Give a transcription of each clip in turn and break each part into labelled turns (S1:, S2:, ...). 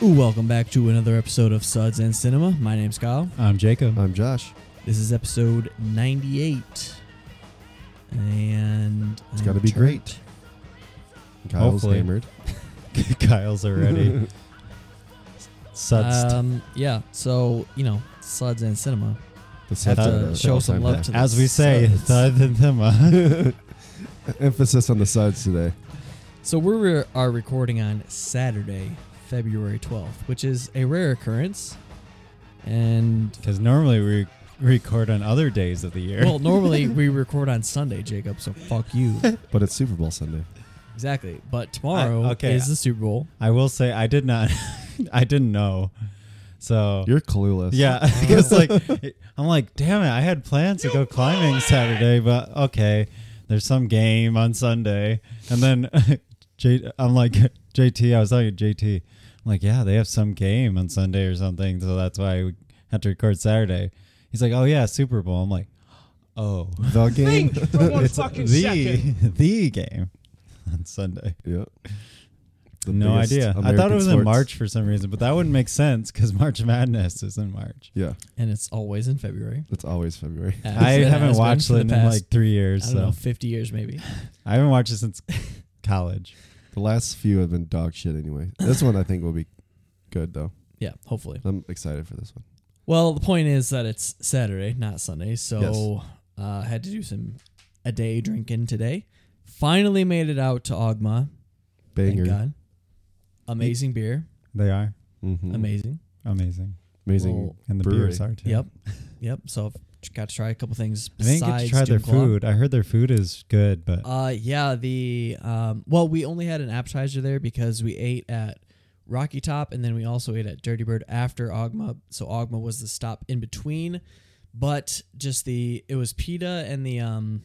S1: Welcome back to another episode of Suds and Cinema. My name's Kyle.
S2: I'm Jacob.
S3: I'm Josh.
S1: This is episode 98. And
S3: It's
S1: I'm
S3: gotta be
S1: turned.
S3: great. Kyle's
S2: Hopefully.
S3: hammered.
S2: Kyle's already. Suds.
S1: Um, yeah, so, you know, Suds and Cinema.
S3: The
S1: Have
S3: subs
S2: to
S3: are the
S1: show some
S3: all-time
S1: love
S3: best.
S1: to
S2: As we say,
S1: Suds.
S2: thud and thimma.
S3: Emphasis on the suds today.
S1: So we re- are recording on Saturday, February 12th, which is a rare occurrence. And,
S2: Because normally we record on other days of the year.
S1: well, normally we record on Sunday, Jacob, so fuck you.
S3: But it's Super Bowl Sunday.
S1: Exactly. But tomorrow
S2: I- okay.
S1: is the Super Bowl.
S2: I will say I did not. I didn't know. So
S3: You're clueless.
S2: yeah, because like I'm like, damn it, I had plans to go climbing Saturday, but okay, there's some game on Sunday, and then J, I'm like JT. I was talking to JT. I'm like, yeah, they have some game on Sunday or something, so that's why we had to record Saturday. He's like, oh yeah, Super Bowl. I'm like, oh,
S3: The game.
S4: think for one fucking second.
S2: the the game on Sunday.
S3: yep. The
S2: no
S3: biggest
S2: idea. I thought
S3: American
S2: it was in
S3: sports-
S2: March for some reason, but that wouldn't make sense because March Madness is in March.
S3: Yeah,
S1: And it's always in February.
S3: it's always February.
S1: as
S2: I
S1: it has
S2: haven't
S1: been
S2: watched
S1: for the
S2: it in
S1: past,
S2: like three
S1: I
S2: years,
S1: don't
S2: so
S1: know, 50 years maybe.
S2: I haven't watched it since college.
S3: The last few have been dog shit anyway. This one I think will be good though.
S1: Yeah, hopefully.
S3: I'm excited for this one.
S1: Well, the point is that it's Saturday, not Sunday, so
S3: Yes.
S1: uh, had to do some a day drinking today. Finally made it out to Ogma. Thank
S3: Banger.
S1: God. Amazing beer,
S2: They are Mm-hmm.
S3: Mhm.
S1: amazing.
S2: amazing,
S3: Amazing.
S1: Well,
S2: and the
S3: Brewery.
S2: beers are too.
S1: Yep, yep. So I've got to try a couple things.
S2: I didn't get to
S1: besides
S2: try their
S1: Doom Claw.
S2: food. I heard their food is good, but
S1: Uh, yeah. The um, well, we only had an appetizer there because we ate at Rocky Top, and then we also ate at Dirty Bird after Ogma. So Ogma was the stop in between, but just the it was pita and the um,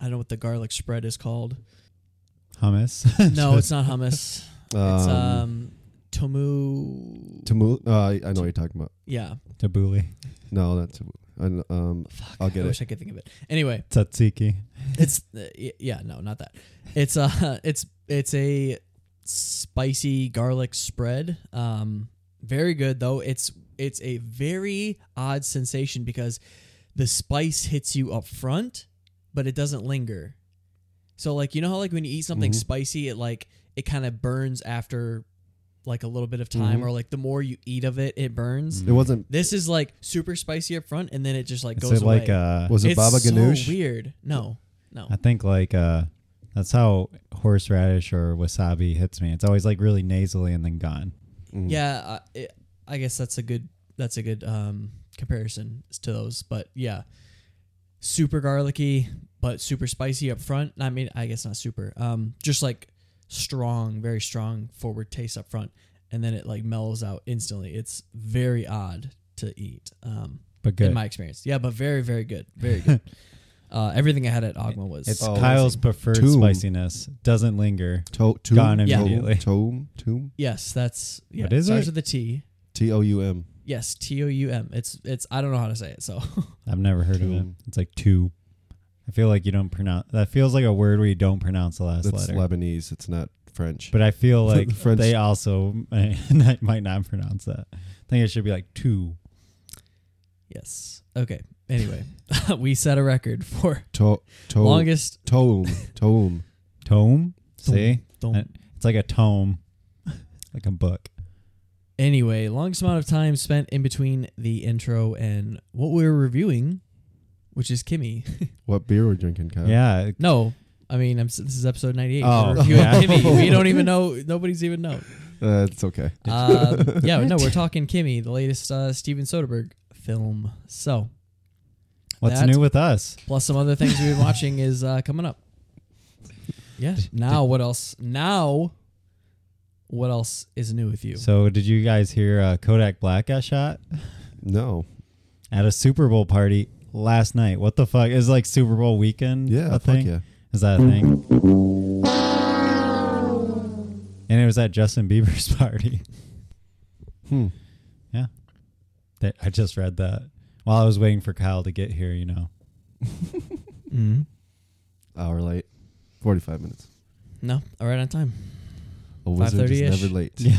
S1: I don't know what the garlic spread is called.
S2: hummus.
S1: No, it's not hummus.
S3: Um,
S1: It's um, tomu.
S3: Tamu- uh, I I know what you're talking about.
S1: Yeah,
S2: tabbouleh,
S3: No, that's um.
S1: fuck.
S3: I'll get
S1: I
S3: it.
S1: wish I could think of it. Anyway,
S2: tzatziki.
S1: it's uh, y- yeah no not that it's uh it's it's a spicy garlic spread um very good though it's it's a very odd sensation because the spice hits you up front but it doesn't linger so like you know how like when you eat something
S3: Mhm.
S2: Mm-hmm.
S1: spicy it like it kind of burns after like a little bit of time
S3: Mhm.
S2: Mm-hmm.
S1: or like the more you eat of it it burns
S3: It wasn't.
S1: this is like super spicy up front and then it just like
S2: Mm. Is
S1: goes
S2: it
S1: away
S2: like uh,
S3: Was it
S1: it's
S3: Baba
S1: so
S3: Ganoush?
S1: weird no no
S2: I think like uh that's how horseradish or wasabi hits me. It's always like really nasally and then gone. Hmm.
S3: Mm.
S1: Yeah, I, it, I guess that's a good that's a good um, comparison to those. But yeah, super garlicky, but super spicy up front. I mean, I guess not super. Um, just like strong, very strong forward taste up front, and then it like mellows out instantly. It's very odd to eat. Um,
S2: But good.
S1: in my experience, yeah, but very very good, very good. uh, everything I had at Ogma was
S2: It's
S3: Oh,
S2: Kyle's preferred
S3: Tomb.
S2: spiciness. Doesn't linger.
S3: To- tomb?
S2: Gone
S1: Yeah.
S2: immediately.
S3: Tomb. Tomb.
S1: yes, that's yeah.
S2: What is
S1: starts
S2: it?
S1: with a T.
S3: T O U M.
S1: Yes, T O U M. It's it's I don't know how to say it, so
S2: I've never heard of it.
S3: Tomb.
S2: It's like two. I feel like you don't pronounce. That feels like a word where you don't pronounce the last
S3: That's
S2: letter.
S3: Lebanese. It's not French.
S2: but I feel like
S3: French-
S2: they also might might not pronounce that. I think it should be like two.
S1: Yes. Okay. Anyway, we set a record for
S3: to-
S2: Oh.
S3: to-
S1: longest.
S3: Tome. Tome.
S2: Tome. See,
S1: Dum-
S2: Uh, it's like a tome, like a book.
S1: Anyway, longest amount of time spent in between the intro and what we were reviewing, which is Kimmy.
S3: What beer we're drinking, Kyle?
S2: Yeah.
S1: No, I mean I'm, s- this is episode 98. We're
S2: Oh,
S1: reviewing
S2: yeah.
S1: Kimmy. We don't even know. Nobody's even know.
S3: Uh, it's okay.
S1: Um, yeah, no, we're talking Kimmy, the latest uh, Steven Soderbergh film. So
S2: What's
S1: that-
S2: new with us?
S1: plus some other things we've been watching is uh, coming up. Yeah. Now what else? Now what else is new with you?
S2: So, did you guys hear uh, Kodak Black got shot
S3: No.
S2: at a Super Bowl party last night? What the fuck is like Super Bowl weekend?
S3: Yeah.
S2: a
S3: Fuck
S2: thing?
S3: yeah.
S2: Is that a thing? And it was at Justin Bieber's party.
S3: Hmm.
S2: That I just read that while I was waiting for Kyle to get here. You know, Mm-hmm.
S1: Mm.
S3: Hour late. Forty-five minutes.
S1: No, all right on time.
S3: A wizard is
S1: 5:30-ish.
S3: never late.
S2: yeah.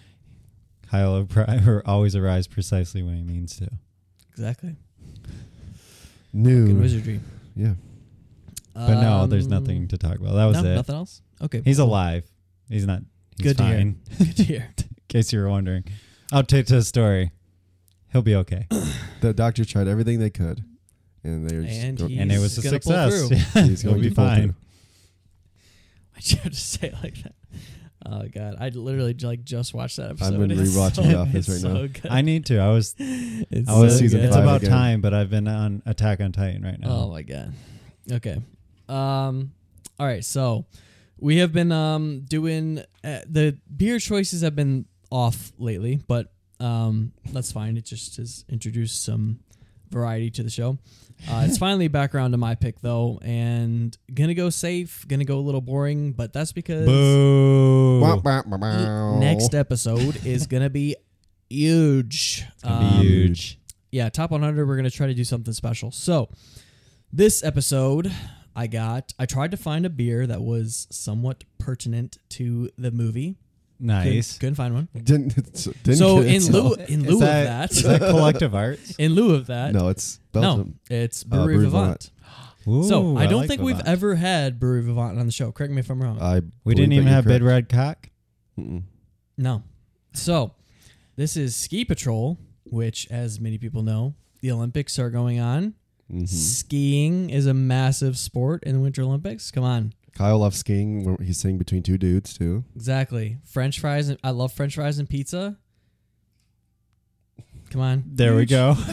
S2: Kyle O'Brien always arrives precisely when he means to.
S1: Exactly. Good
S3: New.
S1: wizardry.
S3: Yeah.
S2: But no, there's
S1: Um,
S2: nothing to talk about. That was
S1: no,
S2: it.
S1: Nothing else. Okay.
S2: He's alive. He's not. He's
S1: Good to hear.
S2: fine.
S1: Good to hear.
S2: In case you were wondering, I'll take to the story. He'll be okay.
S3: The doctor tried everything they could, and they're just
S1: And
S3: go-
S1: he-
S2: and it
S1: He's
S2: was a
S1: gonna pull
S2: success.
S1: through.
S2: Yeah,
S3: He's
S2: He'll
S3: going
S2: be
S3: to pull
S2: fine.
S1: Why'd you have to say it like that? Oh god, I literally j- like just watched that episode.
S3: been
S1: It's
S3: rewatching
S1: so-
S3: The Office
S1: it's
S3: right
S1: so
S3: now.
S1: Good.
S2: I need to. I was.
S1: it's
S2: I was.
S1: so
S3: Season
S1: good.
S2: it's
S3: five
S2: about
S3: again.
S2: time, but I've been on Attack on Titan right now.
S1: Oh my god. Okay. Um. All right. So we have been um doing uh, the beer choices have been off lately, but um that's fine. It just has introduced some variety to the show. Uh, it's finally back around to my pick though, and gonna go safe, gonna go a little boring, but that's because
S2: Boo!
S3: Wah, wah, wah, wah.
S1: next episode is gonna be huge. Um,
S2: Gonna be huge.
S1: yeah, top 100, we're going to try to do something special. So, this episode, I got, I tried to find a beer that was somewhat pertinent to the movie. Couldn't-
S2: Nice.
S1: Couldn't find one.
S3: Didn't, didn't
S1: so,
S3: get it.
S1: in lieu, in
S2: Is
S1: lieu of
S2: that- is
S1: that,
S2: that collective arts?
S1: in lieu of that,
S3: no, it's
S1: no,
S3: Belgium.
S1: it's
S3: Uh,
S1: Brewery
S3: Brewery
S1: Vivant. So,
S2: Ooh,
S1: I don't
S2: like
S1: think
S2: the
S1: we've
S2: vibe.
S1: ever had Brewery Vivant on the show. Correct me if I'm wrong.
S3: I
S2: We didn't
S3: believe
S2: even
S3: that
S2: have
S3: you're
S2: Big Red Cock.
S3: correct. Mm-mm.
S1: No. So, this is Ski Patrol, which, as many people know, the Olympics are going on.
S2: Mm-hmm.
S3: Mhm.
S1: Skiing is a massive sport in the Winter Olympics. Come on.
S3: Kyle loves skiing. where He's sitting between two dudes too.
S1: Exactly. French fries and I love French fries and pizza. Come on.
S2: There we go.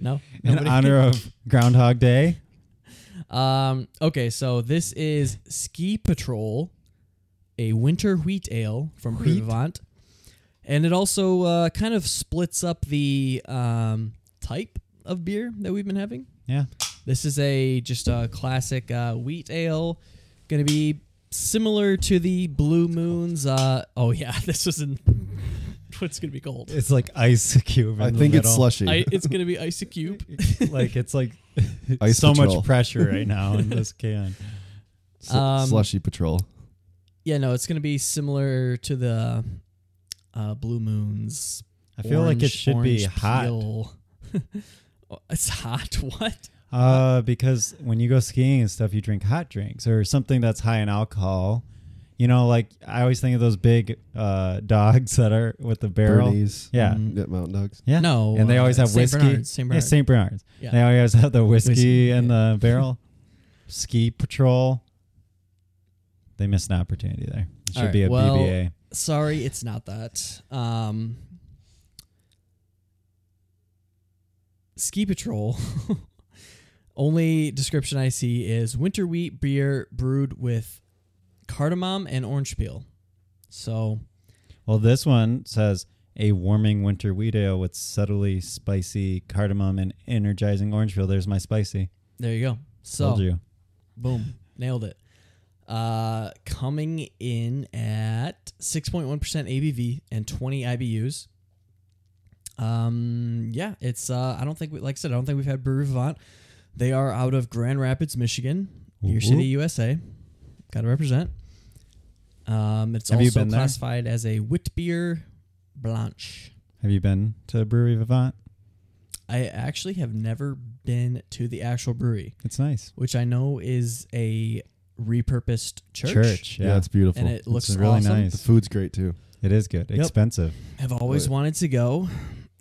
S1: No.
S2: In
S1: Nobody?
S2: honor of Groundhog Day.
S1: Um okay, so this is Ski Patrol, a winter wheat ale from Brew
S2: Wheat?
S1: Vivant. And it also uh, kind of splits up the um, type of beer that we've been having.
S2: Yeah.
S1: This is a just a classic uh, wheat ale. Going to be similar to the Blue Moons. Uh, oh yeah, this was in what's going to be cold.
S2: It's like ice cube. in
S3: I
S2: the
S3: think it's
S2: middle.
S3: slushy.
S1: I, it's going to be ice a cube.
S2: like it's like
S3: Ice
S2: so
S3: Patrol.
S2: much pressure right now in this can.
S3: Sl-
S1: um,
S3: slushy patrol.
S1: Yeah, no, it's going to be similar to the uh, Blue Moons.
S2: I feel like it
S1: Orange-
S2: should be
S1: orange
S2: hot
S1: peel. Oh, it's hot. What?
S2: uh, because when you go skiing and stuff, you drink hot drinks or something that's high in alcohol. You know, like I always think of those big uh, dogs that are with the barrel.
S3: Bernies.
S2: Yeah,
S1: Mm.
S3: Yeah, mountain dogs.
S2: yeah.
S1: No.
S2: and they always
S1: uh,
S2: have
S1: Saint
S2: whiskey.
S1: Bernards, Saint
S2: Yeah,
S1: Bernards.
S2: St. Bernard's.
S1: Yeah.
S2: They always have the whiskey,
S1: Whiskey,
S2: in the barrel. Ski patrol. They missed an opportunity there. It should
S1: All right,
S2: be a
S1: well,
S2: BBA.
S1: Sorry, it's not that. Um, Ski Patrol. Only description I see is winter wheat beer brewed with cardamom and orange peel. So
S2: Well, this one says a warming winter wheat ale with subtly spicy cardamom and energizing orange peel. There's my spicy.
S1: there you go. So
S2: Told you.
S1: boom, nailed it. Uh, coming in at six point one percent ABV and twenty IBUs. Um, yeah, it's uh, I don't think we like I said I don't think we've had Brew Vivant. They are out of Grand Rapids, Michigan, Beer
S2: Whoop
S1: City,
S2: whoop.
S1: USA. Got to represent. Um, it's
S2: Have you
S1: also
S2: been there?
S1: classified as a wit beer blanche.
S2: Have you been to Brewery Vivant?
S1: I actually have never been to the actual brewery,
S2: It's nice.
S1: which I know is a repurposed church,
S2: yeah.
S3: Yeah, it's beautiful.
S1: and it looks
S2: it's really
S1: awesome.
S3: the
S2: nice.
S3: food's great too.
S2: It is good.
S1: Yep.
S2: Expensive.
S1: I've always
S3: Right.
S1: wanted to go,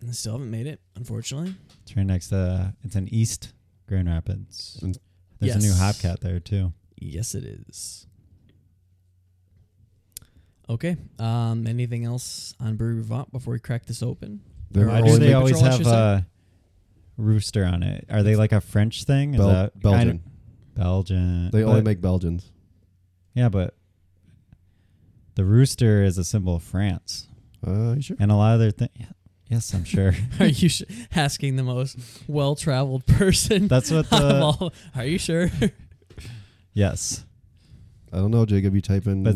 S1: and still haven't made it, unfortunately.
S2: It's right next to, uh, it's in East Grand Rapids.
S3: And-
S2: There's a new
S1: Yes.
S2: Hopcat there too.
S1: Yes, it is. Okay. Um, anything else on Brewery Vivant before we crack this open?
S3: They're
S1: Why
S2: Why
S1: do
S2: do
S1: Only
S2: they
S1: Patrol,
S2: always
S1: I should
S2: have
S1: say.
S2: a rooster on it? Are they like a French thing? Is
S3: Bel-
S2: that kind
S3: Belgian.
S2: of- Belgian.
S3: they only
S2: But-
S3: make Belgians.
S2: Yeah, but the rooster is a symbol of France,
S3: Uh, you sure?
S2: and a lot of their things. Yeah, yes, I'm sure.
S1: Are you sh- asking the most well-traveled person?
S2: That's what
S1: out of
S2: the-
S1: all- are you sure?
S2: yes,
S3: I don't know, Jacob. You type in.
S2: But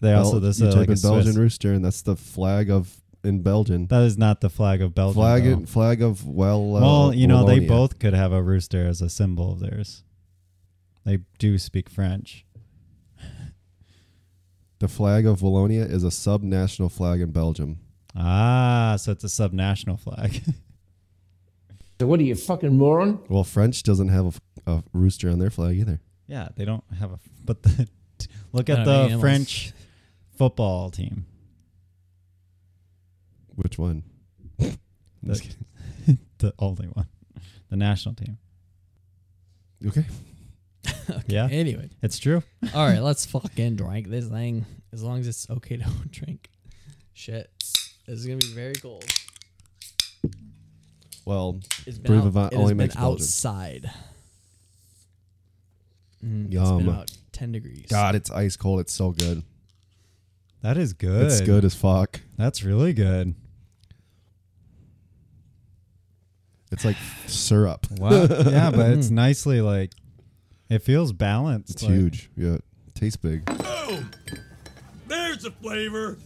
S2: they also
S3: Bel-
S2: this
S3: you
S2: is
S3: type
S2: like a
S3: in Belgian
S2: Swiss.
S3: rooster, and that's the flag of in Belgian.
S2: That is not the flag of Belgium.
S3: flag
S2: though.
S3: and flag of well. Uh,
S2: well, you know, they
S3: Wallonia.
S2: both could have a rooster as a symbol of theirs. They do speak French.
S3: The flag of Wallonia is a subnational flag in Belgium.
S2: Ah, so it's a subnational flag.
S5: So what are you, fucking moron?
S3: Well, French doesn't have a f- a, rooster on their flag either.
S2: yeah, they don't have a. But the, look
S1: Not
S2: at
S1: many
S2: the
S1: animals.
S2: French football team.
S3: Which one?
S2: The-
S3: Just kidding.
S2: The only one. The national team.
S3: okay.
S2: Yeah,
S1: Anyway,
S2: it's true.
S1: all right, let's fucking drink this thing. As long as it's okay to drink. Shit, this is gonna be very cold.
S3: Well,
S1: It's been,
S3: Brew
S1: out,
S3: Vivant
S1: it has
S3: only
S1: been
S3: makes Belgium.
S1: outside. Mm, It's
S3: Yum.
S1: been about ten degrees.
S3: God, it's ice cold. It's so good.
S2: That is good.
S3: It's good as fuck.
S2: That's really good.
S3: It's like syrup.
S2: Wow. yeah, but it's nicely like. It feels balanced.
S3: It's
S2: like-
S3: huge. Yeah. Tastes big.
S4: There's the flavor.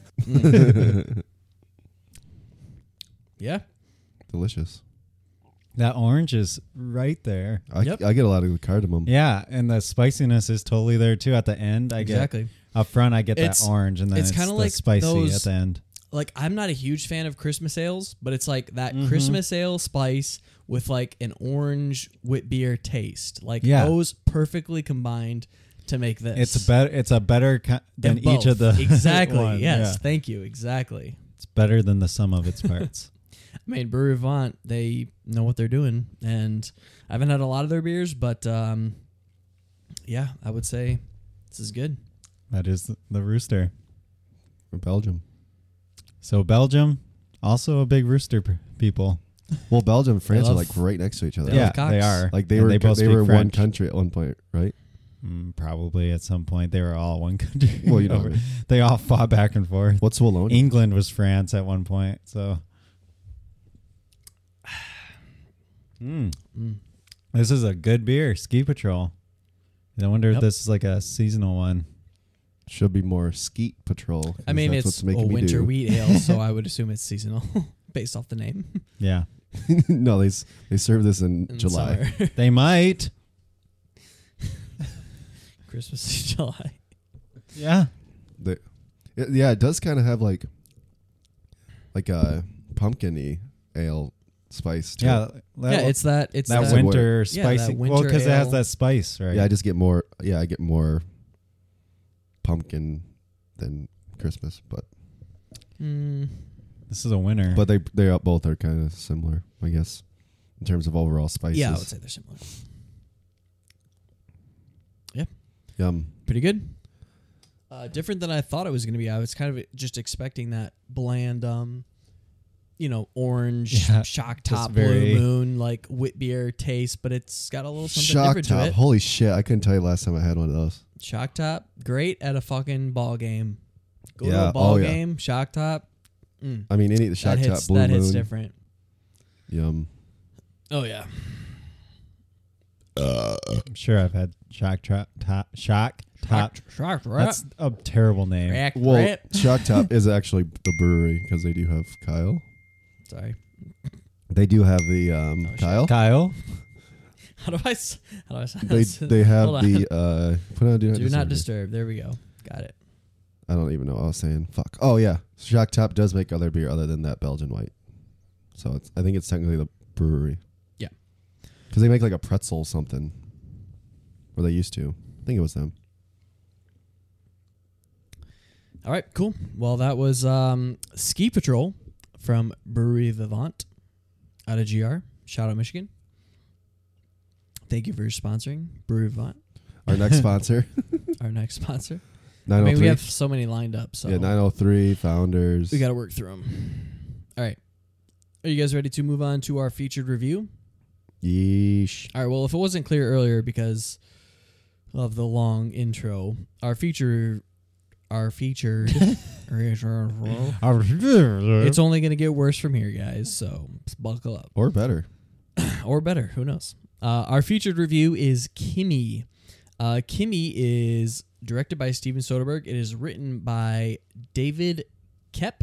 S1: Yeah.
S3: Delicious.
S2: That orange is right there.
S3: I,
S1: Yep.
S3: I get a lot of cardamom.
S2: Yeah, and the spiciness is totally there too. At the end, I
S1: Exactly.
S2: get up front. I get
S1: It's-
S2: that orange, and then
S1: it's
S2: it's,
S1: kinda
S2: the
S1: like
S2: spicy
S1: those-
S2: at the end.
S1: Like I'm not a huge fan of Christmas ales, but it's like that
S2: Mm-hmm.
S1: Christmas ale spice with like an orange wit beer taste. Like
S2: Yeah.
S1: those perfectly combined to make this.
S2: It's better. It's a better ki- than
S1: And
S2: each of the
S1: both. exactly.
S2: one,
S1: yes.
S2: yeah.
S1: Thank you. Exactly.
S2: it's better than the sum of its parts.
S1: I mean, Brewery Vivant, they know what they're doing, and I haven't had a lot of their beers, but um, yeah, I would say this is good.
S2: that is the, the rooster.
S3: From Belgium.
S2: So Belgium, also a big rooster p- people.
S3: Well, Belgium and France
S1: love-
S3: are like right next to each other.
S1: They love
S2: yeah,
S1: cocks.
S2: they are.
S3: Like they
S2: And
S3: were they,
S2: both speak
S3: were one
S2: French.
S3: country at one point, right?
S2: Mm, probably at some point they were all one country.
S3: Well, you know
S2: Over-
S3: what I mean.
S2: they all fought back and forth.
S3: What's Wallonia?
S2: England was France at one point. So, Mm. this is a good beer, Ski Patrol. I wonder
S1: Yep.
S2: if this is like a seasonal one.
S3: Should be more skeet patrol. 'cause
S1: I mean,
S3: that's
S1: it's
S3: what's
S1: a
S3: making me
S1: winter
S3: do.
S1: wheat ale, so I would assume it's seasonal based off the name.
S2: Yeah,
S3: no, they s- they serve this in,
S1: In
S3: July.
S1: summer.
S2: they might.
S1: Christmas in July.
S2: Yeah,
S3: They, it- yeah, it does kind of have like like a pumpkiny ale spice. To
S2: yeah,
S3: it.
S2: that,
S1: yeah, it's that. It's
S2: that
S1: that,
S3: win-
S2: winter
S1: Yeah,
S2: spicy.
S1: that
S2: well,
S1: winter
S2: because it has
S1: ale.
S2: that spice, right?
S3: yeah. I just get more. Yeah, I get more pumpkin than Christmas, but
S1: Mm,
S2: this is a winter.
S3: but they they are- both are kind of similar, I guess, in terms of overall spices.
S1: yeah, I would say they're similar.
S3: Yum.
S1: Pretty good. Uh, different than I thought it was going to be. I was kind of just expecting that bland, um, you know, orange
S2: Yeah,
S1: shock
S2: just
S1: top,
S2: very-
S1: blue moon, like wit beer taste, but it's got a little something
S3: Shock
S1: different
S3: top.
S1: to it.
S3: Holy shit! I couldn't tell you last time I had one of those.
S1: Shock top, great at a fucking ball game. Go to
S3: Yeah,
S1: a ball
S3: oh yeah.
S1: game, shock top. Mm,
S3: I mean, any of the shock
S1: that hits,
S3: top blue
S1: that
S3: moon.
S1: hits different.
S3: Yum.
S1: Oh yeah,
S2: I'm sure I've had shock trap top shock top.
S1: shock, shock
S2: That's a terrible name.
S1: rack,
S3: Well,
S1: rip.
S3: Shock Top is actually the brewery because they do have Kyle.
S1: Sorry.
S3: They do have the um,
S1: Oh, shit.
S3: Kyle.
S2: Kyle.
S1: How do I? s- How do I? sound?
S3: They they have
S1: Hold on.
S3: the uh, put on do not
S1: Do not
S3: disturb.
S1: disturb. There we go. Got it.
S3: I don't even know what I was saying. Fuck. Oh yeah, Shock Top does make other beer other than that Belgian white. So it's, I think it's technically the brewery.
S1: Yeah.
S3: Because they make like a pretzel something, or they used to. I think it was them.
S1: All right, cool. Well, that was um, Ski Patrol from Brewery Vivant out of GR. Shout out Michigan. Thank you for sponsoring Brewery Vivant,
S3: Our next sponsor,
S1: our next sponsor. I
S3: nine
S1: mean,
S3: hundred
S1: we
S3: three.
S1: have so many lined up, so
S3: Yeah, nine hundred three founders.
S1: we got to work through them. All right. Are you guys ready to move on to our featured review?
S3: Yeesh.
S1: All right. Well, if it wasn't clear earlier because of the long intro, our feature, our featured, it's
S2: it's
S1: only going to get worse from here, guys. So buckle up,
S3: Or better.
S1: or better. Who knows? Uh, our featured review is Kimmy. Uh, Kimmy is directed by Steven Soderbergh. It is written by David Kep.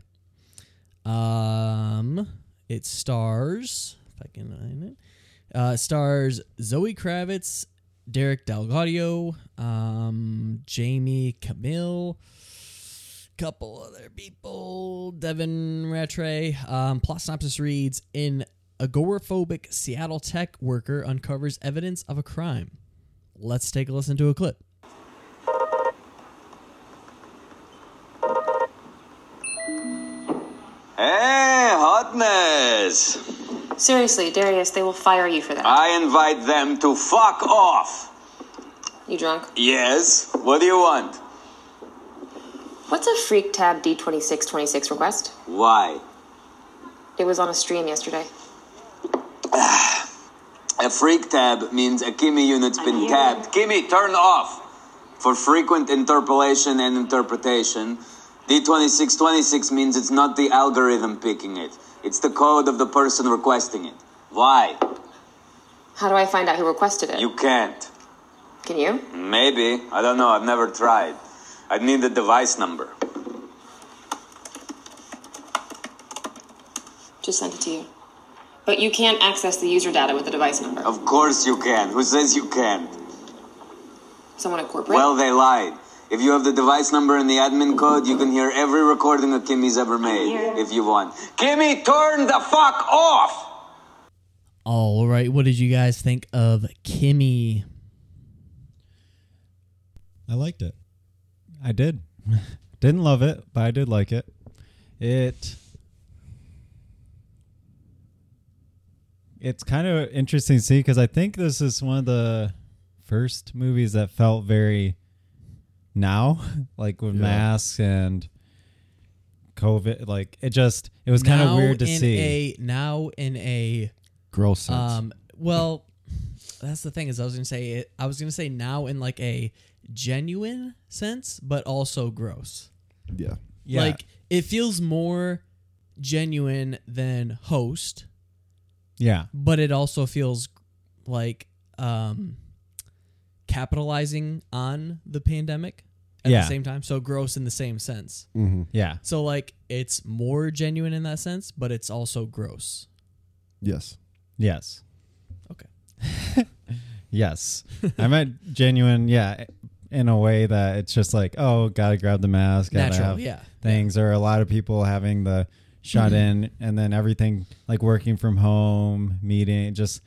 S1: Um, it stars. If I can find it. Uh, stars Zoe Kravitz, Derek Delgadio, um, Jamie Camille, couple other people. Devin Rattray. Um, plot synopsis reads In agoraphobic Seattle tech worker uncovers evidence of a crime. Let's take a listen to a clip.
S6: Hey, hotness!
S7: Seriously, Darius, they will fire you for that.
S6: I invite them to fuck off!
S7: you drunk?
S6: Yes? What do you want?
S7: What's a Freak Tab D2626 request?
S6: Why?
S7: It was on a stream yesterday.
S6: A freak tab means a Kimi unit's been tabbed. Kimi, turn off! For frequent interpolation and interpretation, D2626 means it's not the algorithm picking it, it's the code of the person requesting it. Why?
S7: How do I find out who requested it?
S6: You can't.
S7: Can you?
S6: Maybe. I don't know. I've never tried. I'd need the device number.
S7: Just send it to you. But you can't access the user data with the device number.
S6: Of course you can. Who says you can't?
S7: Someone at corporate?
S6: Well, they lied. If you have the device number and the admin code, you can hear every recording of Kimmy's ever made if you want. Kimmy, turn the fuck off!
S1: All right, what did you guys think of Kimmy?
S2: I liked it. I did. Didn't love it, but I did like it. It It's kind of interesting to see because I think this is one of the first movies that felt very now, like with masks and COVID. Like it just, it was kind of
S1: Now
S2: weird to
S1: in
S2: see.
S1: A, now in a
S3: Gross sense.
S1: Um, well, that's the thing is I was gonna say it, I was gonna say now in like a genuine sense, but also gross.
S3: yeah.
S2: yeah,
S1: Like it feels more genuine than host,
S2: yeah,
S1: but it also feels like um, capitalizing on the pandemic at
S2: Yeah. Mm.
S1: the same time. So gross in the same sense.
S2: yeah,
S1: So like it's more genuine in that sense, but it's also gross.
S3: Yes.
S2: yes.
S1: Okay.
S2: Yes. I meant genuine, yeah, in a way that it's just like, oh, gotta grab the mask, gotta
S1: Natural,
S2: have
S1: yeah.
S2: things. Or a lot of people having the shut
S1: Mm-hmm.
S2: in and then everything like working from home, meeting, just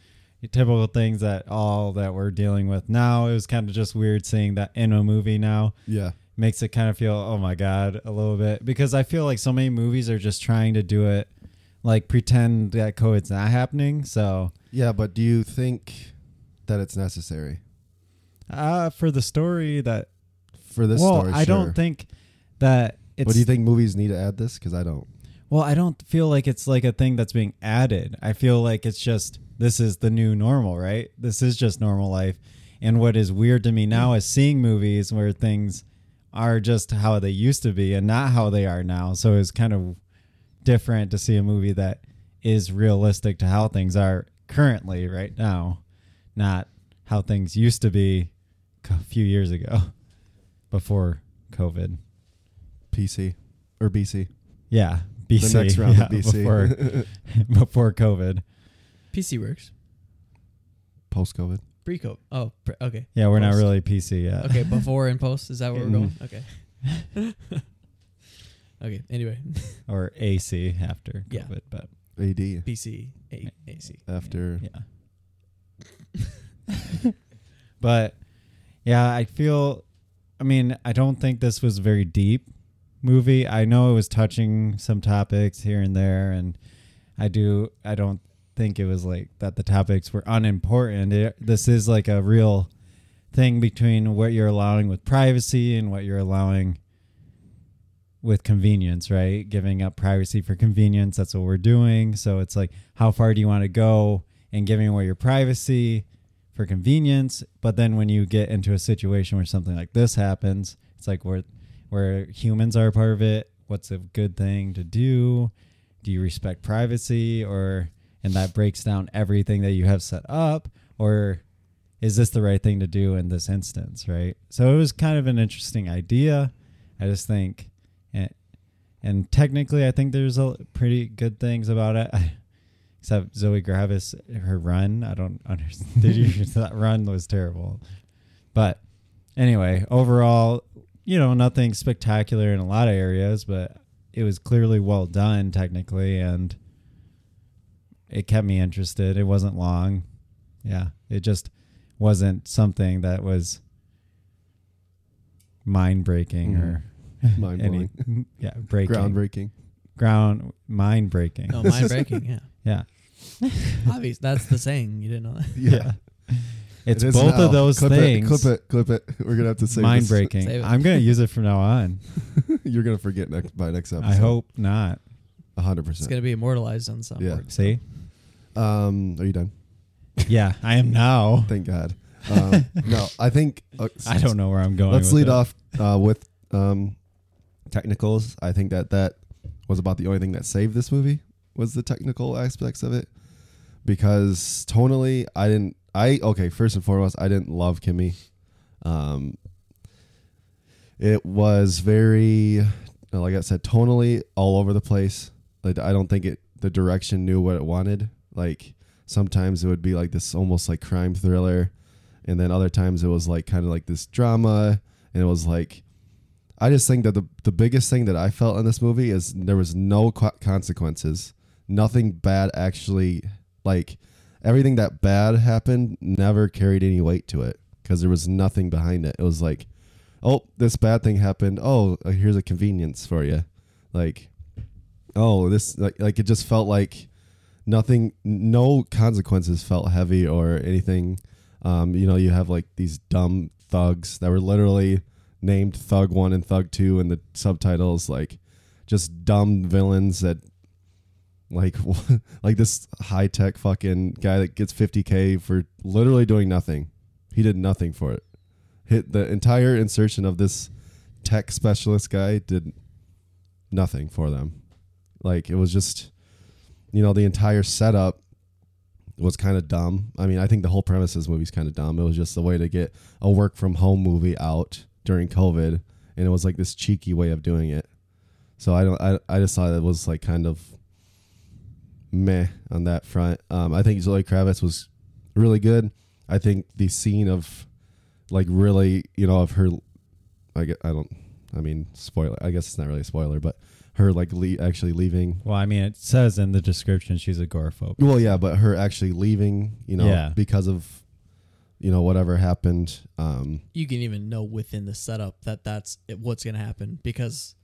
S2: typical things that all that we're dealing with now. It was kind of just weird seeing that in a movie now
S3: Yeah.
S2: makes it kind of feel oh my god a little bit because I feel like so many movies are just trying to do it like pretend that COVID's not happening. So
S3: Yeah, but do you think that it's necessary
S2: uh, for the story that
S3: for this
S2: well
S3: story?
S2: I
S3: sure.
S2: don't think that it's
S3: But do you think movies need to add this? Because I don't.
S2: well I don't feel like it's like a thing that's being added. I feel like it's just this is the new normal, right? This is just normal life. And what is weird to me now is seeing movies where things are just how they used to be and not how they are now. So it's kind of different to see a movie that is realistic to how things are currently right now, not how things used to be a few years ago before COVID.
S3: PC or BC.
S2: Yeah, BC.
S3: next round
S2: yeah,
S3: of BC.
S2: before, before COVID.
S1: PC works.
S3: Post COVID.
S1: Pre COVID. Oh, pre- okay.
S2: Yeah, we're not
S1: Post.
S2: really PC yet.
S1: Okay, before and post. Is that where we're going?
S2: Mm-hmm.
S1: Okay. okay. Anyway,
S2: or AC after COVID,
S1: Yeah.
S2: but
S3: AD.
S1: PC A- AC.
S3: After.
S2: yeah. but yeah, I feel. I mean, I don't think this was a very deep movie. I know it was touching some topics here and there, and I do. I don't think it was like that. The topics were unimportant. It, this is like a real thing between what you're allowing with privacy and what you're allowing with convenience, right? Giving up privacy for convenience. That's what we're doing. So it's like, how far do you want to go and giving away your privacy for convenience? But then when you get into a situation where something like this happens, it's like where where humans are a part of it. What's a good thing to do? Do you respect privacy or and that breaks down everything that you have set up or is this the right thing to do in this instance, right? So it was kind of an interesting idea. I just think and, and technically I think there's a pretty good things about it. Except Zoe Gravis, her run, I don't understand. Did you that run was terrible. But anyway, overall you know, nothing spectacular in a lot of areas, but it was clearly well done technically, and it kept me interested. It wasn't long. Yeah, it just wasn't something that was mind breaking or
S3: Mind
S2: any
S3: blowing,
S2: yeah breaking
S3: groundbreaking.
S2: ground mind breaking.
S1: No, mind breaking. Yeah,
S2: Yeah.
S1: obvious. That's the saying. You didn't know that.
S2: Yeah. It's
S3: It is
S2: both
S3: now.
S2: of those
S3: clip
S2: things.
S3: It, clip it, clip it. We're gonna have to say
S2: Mind breaking.
S1: Save it.
S2: I'm gonna use it from now on.
S3: You're gonna forget next by next episode.
S2: I hope not.
S3: hundred
S1: It's
S3: percent.
S1: gonna be immortalized on some.
S3: Yeah.
S2: See?
S3: Um, are you done?
S2: Yeah, I am now.
S3: Thank God. Um, no, I think uh,
S2: I don't know where I'm going.
S3: Let's
S2: with
S3: lead
S2: it.
S3: off uh, with um, technicals. I think that that was about the only thing that saved this movie was the technical aspects of it because tonally, I didn't. I okay. First and foremost, I didn't love Kimmy. Um, it was very, like I said, tonally all over the place. Like I don't think it the direction knew what it wanted. Like sometimes it would be like this almost like crime thriller, and then other times it was like kind of like this drama, and it was like. I just think that the, the biggest thing that I felt in this movie is there was no co- consequences. Nothing bad actually, like, everything that bad happened never carried any weight to it because there was nothing behind it. It was like, oh, this bad thing happened. Oh, uh, here's a convenience for you. Like, oh, this like like it just felt like nothing, no consequences felt heavy or anything. Um, you know, you have like these dumb thugs that were literally named Thug One and Thug Two, and the subtitles like just dumb villains that like like this high tech fucking guy that gets 50k for literally doing nothing. He did nothing for it. Hit the entire insertion of this tech specialist guy did nothing for them. Like it was just you know the entire setup was kind of dumb. I mean, I think the whole premise of this movie is kind of dumb. It was just a way to get a work from home movie out during COVID, and it was like this cheeky way of doing it. So I don't. I, I just thought it was like kind of meh on that front. Um, I think Zoe Kravitz was really good. I think the scene of like really, you know, of her, I get, I don't, I mean, spoiler. I guess it's not really a spoiler, but her like le- actually leaving
S2: Well, I mean, it says in the description she's agoraphobe.
S3: well, yeah, but her actually leaving, you know,
S2: Yeah.
S3: because of you know whatever happened. Um,
S1: you can even know within the setup that that's it, what's going to happen because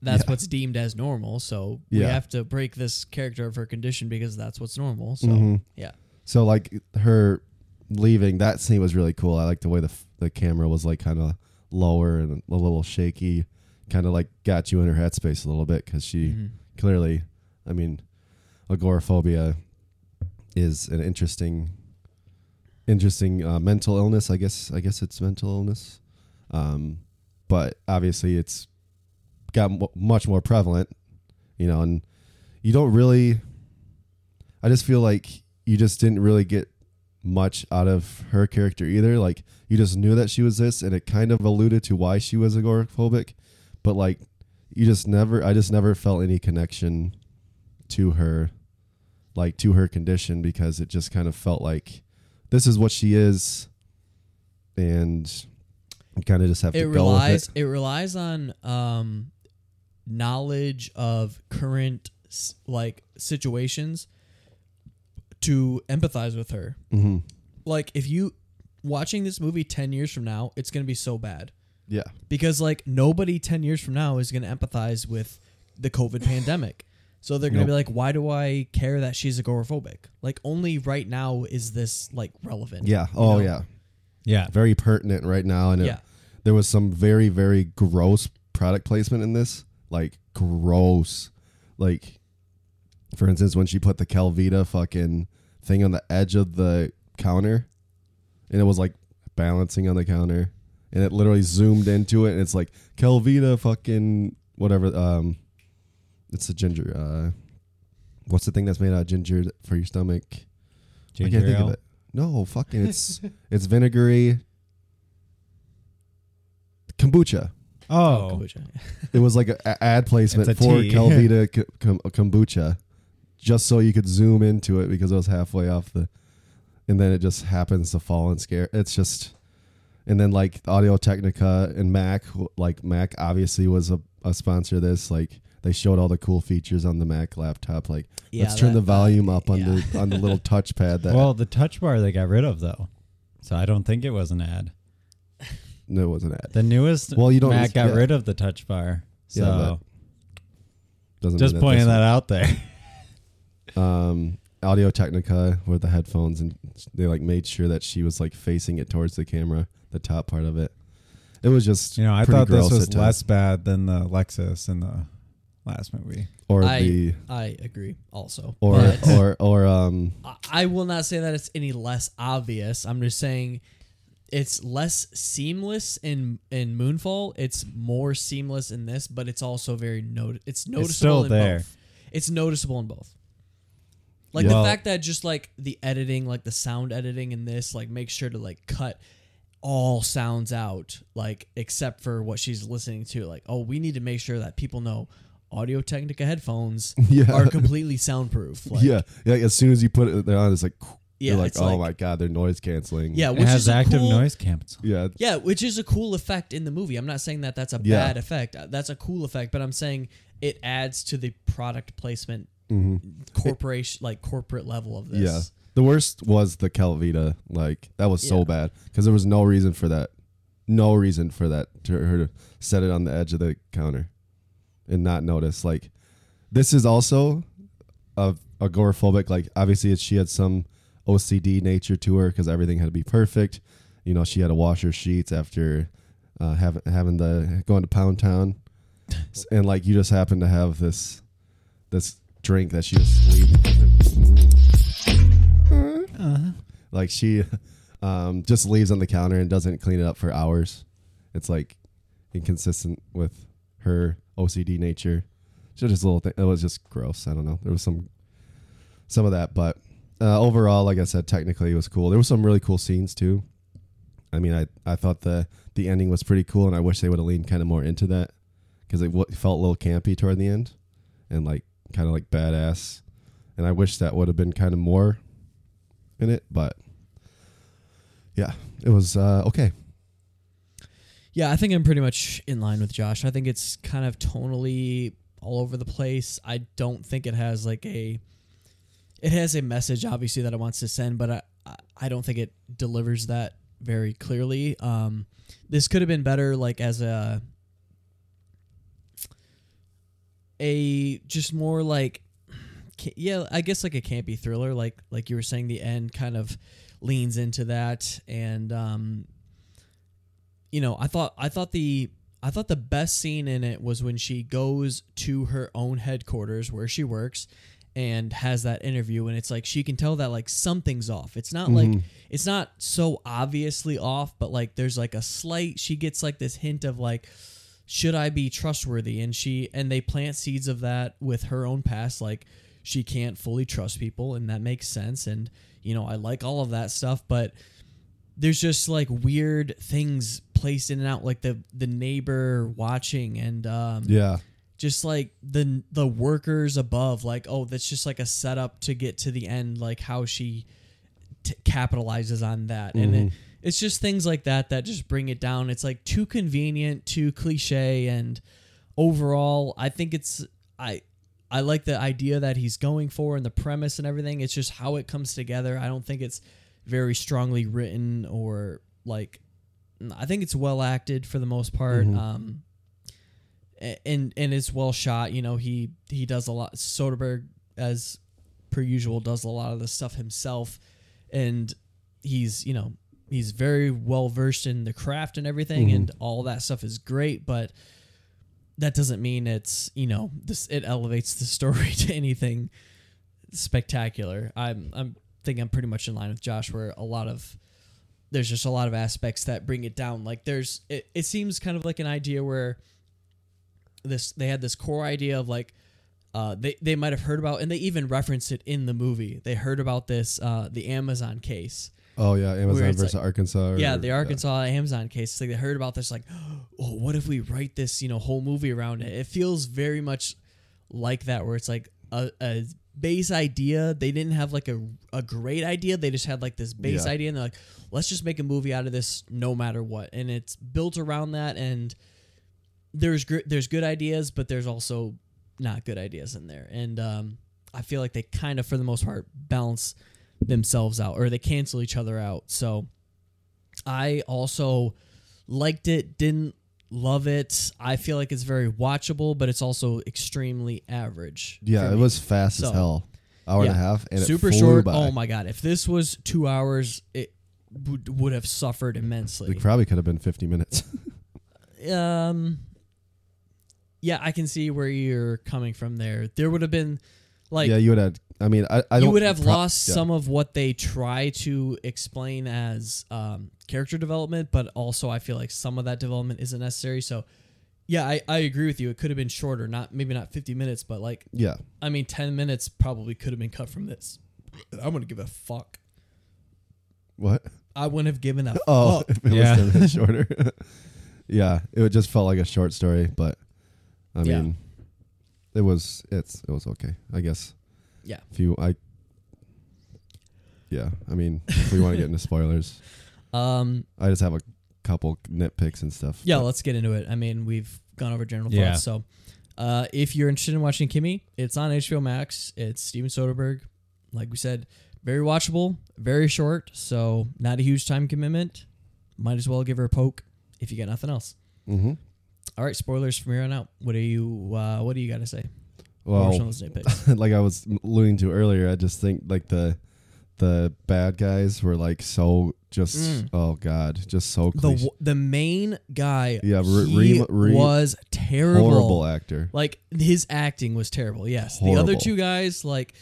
S1: that's what's deemed as normal. So we
S3: Yeah.
S1: have to break this character of her condition because that's what's normal. So
S3: Mm-hmm.
S1: yeah,
S3: so like her leaving that scene was really cool. I like the way the f- the camera was like kind of lower and a little shaky, kind of like got you in her headspace a little bit because she clearly, I mean, agoraphobia is an interesting, interesting uh, mental illness. I guess I guess it's mental illness, um, but obviously it's got m- much more prevalent, you know, and you don't really. I just feel like you just didn't really get much out of her character either. Like you just knew that she was this, and it kind of alluded to why she was agoraphobic, but like you just never. I just never felt any connection to her, like to her condition, because it just kind of felt like this is what she is, and you kind of just have
S1: it
S3: to go with
S1: relies
S3: it.
S1: it. relies on um, knowledge of current s- like situations to empathize with her.
S3: Mm-hmm.
S1: Like if you watching this movie ten years from now, it's going to be so bad.
S3: Yeah.
S1: because like nobody 10 years from now is going to empathize with the covid pandemic so they're going to be like why do i care that she's agoraphobic like only right now is this like relevant
S3: Yeah.
S1: know?
S3: Oh, yeah.
S2: Yeah.
S3: Very pertinent right now, and it-
S1: Yeah.
S3: there was some very, very gross product placement in this. Like gross. Like, for instance, when she put the Calvita fucking thing on the edge of the counter, and it was like balancing on the counter, and it literally zoomed into it, and it's like Calvita fucking whatever. Um, it's the ginger. Uh, what's the thing that's made out of ginger for your stomach?
S2: Ginger
S3: I can't think
S2: ale.
S3: of it. No, fucking it's it's vinegary kombucha.
S1: Oh,
S2: Oh,
S1: kombucha.
S3: It was like a, a ad placement
S2: It's a
S3: for
S2: tea.
S3: Calvita k- kom- kombucha, just so you could zoom into it because it was halfway off the, and then it just happens to fall and scare. It's just, and then like Audio Technica and Mac, who- like Mac obviously was a, a sponsor of this. Like they showed all the cool features on the Mac laptop. Like
S1: Yeah,
S3: let's turn
S1: that-
S3: the volume up on
S1: yeah.
S3: the on the little touchpad. That
S2: Well, the touch bar they got rid of though, so I don't think it was an ad.
S3: no, it wasn't ad.
S2: The newest
S3: Well, you don't-
S2: Mac got
S3: yeah.
S2: rid of the touch bar. So
S3: Yeah, Doesn't
S2: just
S3: mean
S2: pointing
S3: this
S2: that out there.
S3: um, Audio Technica with the headphones, and they like made sure that she was like facing it towards the camera, the top part of it. It was just
S2: You know, I
S3: pretty
S2: thought this
S3: gross
S2: was
S3: at times.
S2: less bad than the Lexus in the last movie.
S3: or
S1: I
S3: the
S1: I agree also.
S3: or
S1: but
S3: or or um
S1: I- I will not say that it's any less obvious. I'm just saying it's less seamless in in Moonfall. It's more seamless in this, but it's also very notice. It's noticeable
S2: still
S1: in
S2: there.
S1: both. It's noticeable in both. Like
S3: Yeah.
S1: the fact that just like the editing, like the sound editing in this, like make sure to like cut all sounds out, like except for what she's listening to. Like, oh, we need to make sure that people know Audio Technica headphones
S3: Yeah.
S1: are completely soundproof. Like,
S3: yeah yeah as soon as you put it on it's like
S1: Yeah,
S3: you're like
S1: it's
S3: oh
S1: like-
S3: my god they're noise canceling
S1: yeah, which
S2: It has
S1: is a
S2: active
S1: cool-
S2: noise cancel.
S3: yeah
S1: Yeah, which is a cool effect in the movie. I'm not saying that that's a
S3: Yeah.
S1: bad effect. Uh, That's a cool effect, but I'm saying it adds to the product placement corporation like corporate level of this.
S3: Mm-hmm. yeah the worst was the Calvita like that was so
S1: Yeah.
S3: bad because there was no reason for that no reason for that to her to set it on the edge of the counter and not notice like this is also a agoraphobic like obviously she had some OCD nature to her because everything had to be perfect you know she had to wash her sheets after uh, having having the going to Pound Town S- and like you just happen to have this this drink that she was leaving. Like she um, just leaves on the counter and doesn't clean it up for hours. It's like inconsistent with her OCD nature. She was just a little thing. It was just gross. I don't know. There was some some of that, but uh, overall, like I said, technically it was cool. There was some really cool scenes too. I mean, I, I thought the the ending was pretty cool, and I wish they would have leaned kind of more into that because it w- felt a little campy toward the end and like kind of like badass. And I wish that would have been kind of more in it, but yeah, it was uh, okay.
S1: Yeah, I think I'm pretty much in line with Josh. I think it's kind of tonally all over the place. I don't think it has like a it has a message obviously that it wants to send, but I I- I don't think it delivers that very clearly. Um this could have been better like as a a just more like ca- yeah, I guess like a campy thriller like like you were saying the end kind of leans into that and um you know, I thought I thought the I thought the best scene in it was when she goes to her own headquarters where she works and has that interview and it's like she can tell that like something's off. It's not like it's not so obviously off, but like there's like a slight she gets like this hint of like should I be trustworthy? And she and they plant seeds of that with her own past like she can't fully trust people and that makes sense and you know, I like all of that stuff, but there's just like weird things placed in and out like the the neighbor watching and um
S3: Yeah,
S1: just like the the workers above like oh that's just like a setup to get to the end like how she t- capitalizes on that and it, it's just things like that that just bring it down it's like too convenient too cliche and overall i think it's i i like the idea that he's going for and the premise and everything it's just how it comes together i don't think it's very strongly written or like i think it's well acted for the most part um a- and and it's well shot. You know, he he does a lot. Soderbergh, as per usual, does a lot of the stuff himself, and he's you know he's very well versed in the craft and everything, and all that stuff is great. But that doesn't mean it's you know this it elevates the story to anything spectacular. I'm I'm think I'm pretty much in line with Josh where a lot of there's just a lot of aspects that bring it down. Like there's it, it seems kind of like an idea where this they had this core idea of like uh, they they might have heard about and they even referenced it in the movie. They heard about this uh, the Amazon case.
S3: oh yeah, Amazon
S1: it's
S3: versus
S1: like-
S3: Arkansas. or-
S1: yeah, the Arkansas Amazon case. Like they heard about this. Like, oh, what if we write this you know whole movie around it? It feels very much like that, where it's like a, a base idea. They didn't have like a, a great idea. They just had like this base
S3: Yeah.
S1: idea and they're like, let's just make a movie out of this no matter what. And it's built around that and there's gr- there's good ideas, but there's also not good ideas in there. And um, I feel like they kind of for the most part balance themselves out or they cancel each other out. So I also liked it, didn't love it. I feel like it's very watchable, but it's also extremely average.
S3: Yeah,
S1: for
S3: it
S1: me.
S3: was fast
S1: So,
S3: as hell. Hour and a
S1: yeah.
S3: half and
S1: super
S3: it flew
S1: short.
S3: By.
S1: Oh my god! If this was two hours, it would, would have suffered immensely.
S3: It probably could have been 50 minutes.
S1: um yeah i can see where you're coming from there there would have been like
S3: yeah, you would have. I mean, I, I don't.
S1: you would have
S3: pro-
S1: lost
S3: yeah.
S1: some of what they try to explain as um, character development but also i feel like some of that development isn't necessary so yeah I, I agree with you it could have been shorter not maybe not 50 minutes but like
S3: Yeah,
S1: i mean 10 minutes probably could have been cut from this i'm gonna give a fuck
S3: what?
S1: i wouldn't have given a
S3: Oh,
S1: fuck
S3: if it
S2: Yeah.
S3: was still a bit shorter. yeah, it would just felt like a short story, but I
S1: Yeah.
S3: mean, it was it's it was okay, I guess.
S1: Yeah.
S3: If you, I. Yeah, I mean, if we want to get into spoilers,
S1: um
S3: I just have a couple nitpicks and stuff.
S1: Yeah,
S3: but
S1: let's get into it. I mean, we've gone over general
S2: Yeah.
S1: thoughts. So, uh, if you're interested in watching Kimmy, it's on HBO Max. It's Steven Soderbergh. Like we said, very watchable, very short. So, not a huge time commitment. Might as well give her a poke if you got nothing else. Mm-hmm.
S3: Mhm.
S1: All right, spoilers from here on out. What are you? Uh, what do you got to say? Or some
S3: well,
S1: of those nitpicks.
S3: like I was alluding to earlier, I just think like the the bad guys were like so just
S1: Mm.
S3: oh god, just so
S1: the
S3: cliche,
S1: w- the main guy.
S3: Yeah, R-
S1: he
S3: Reem- Reem-
S1: was terrible.
S3: horrible actor.
S1: Like his acting was terrible. Yes, the other
S3: Horrible.
S1: two guys, like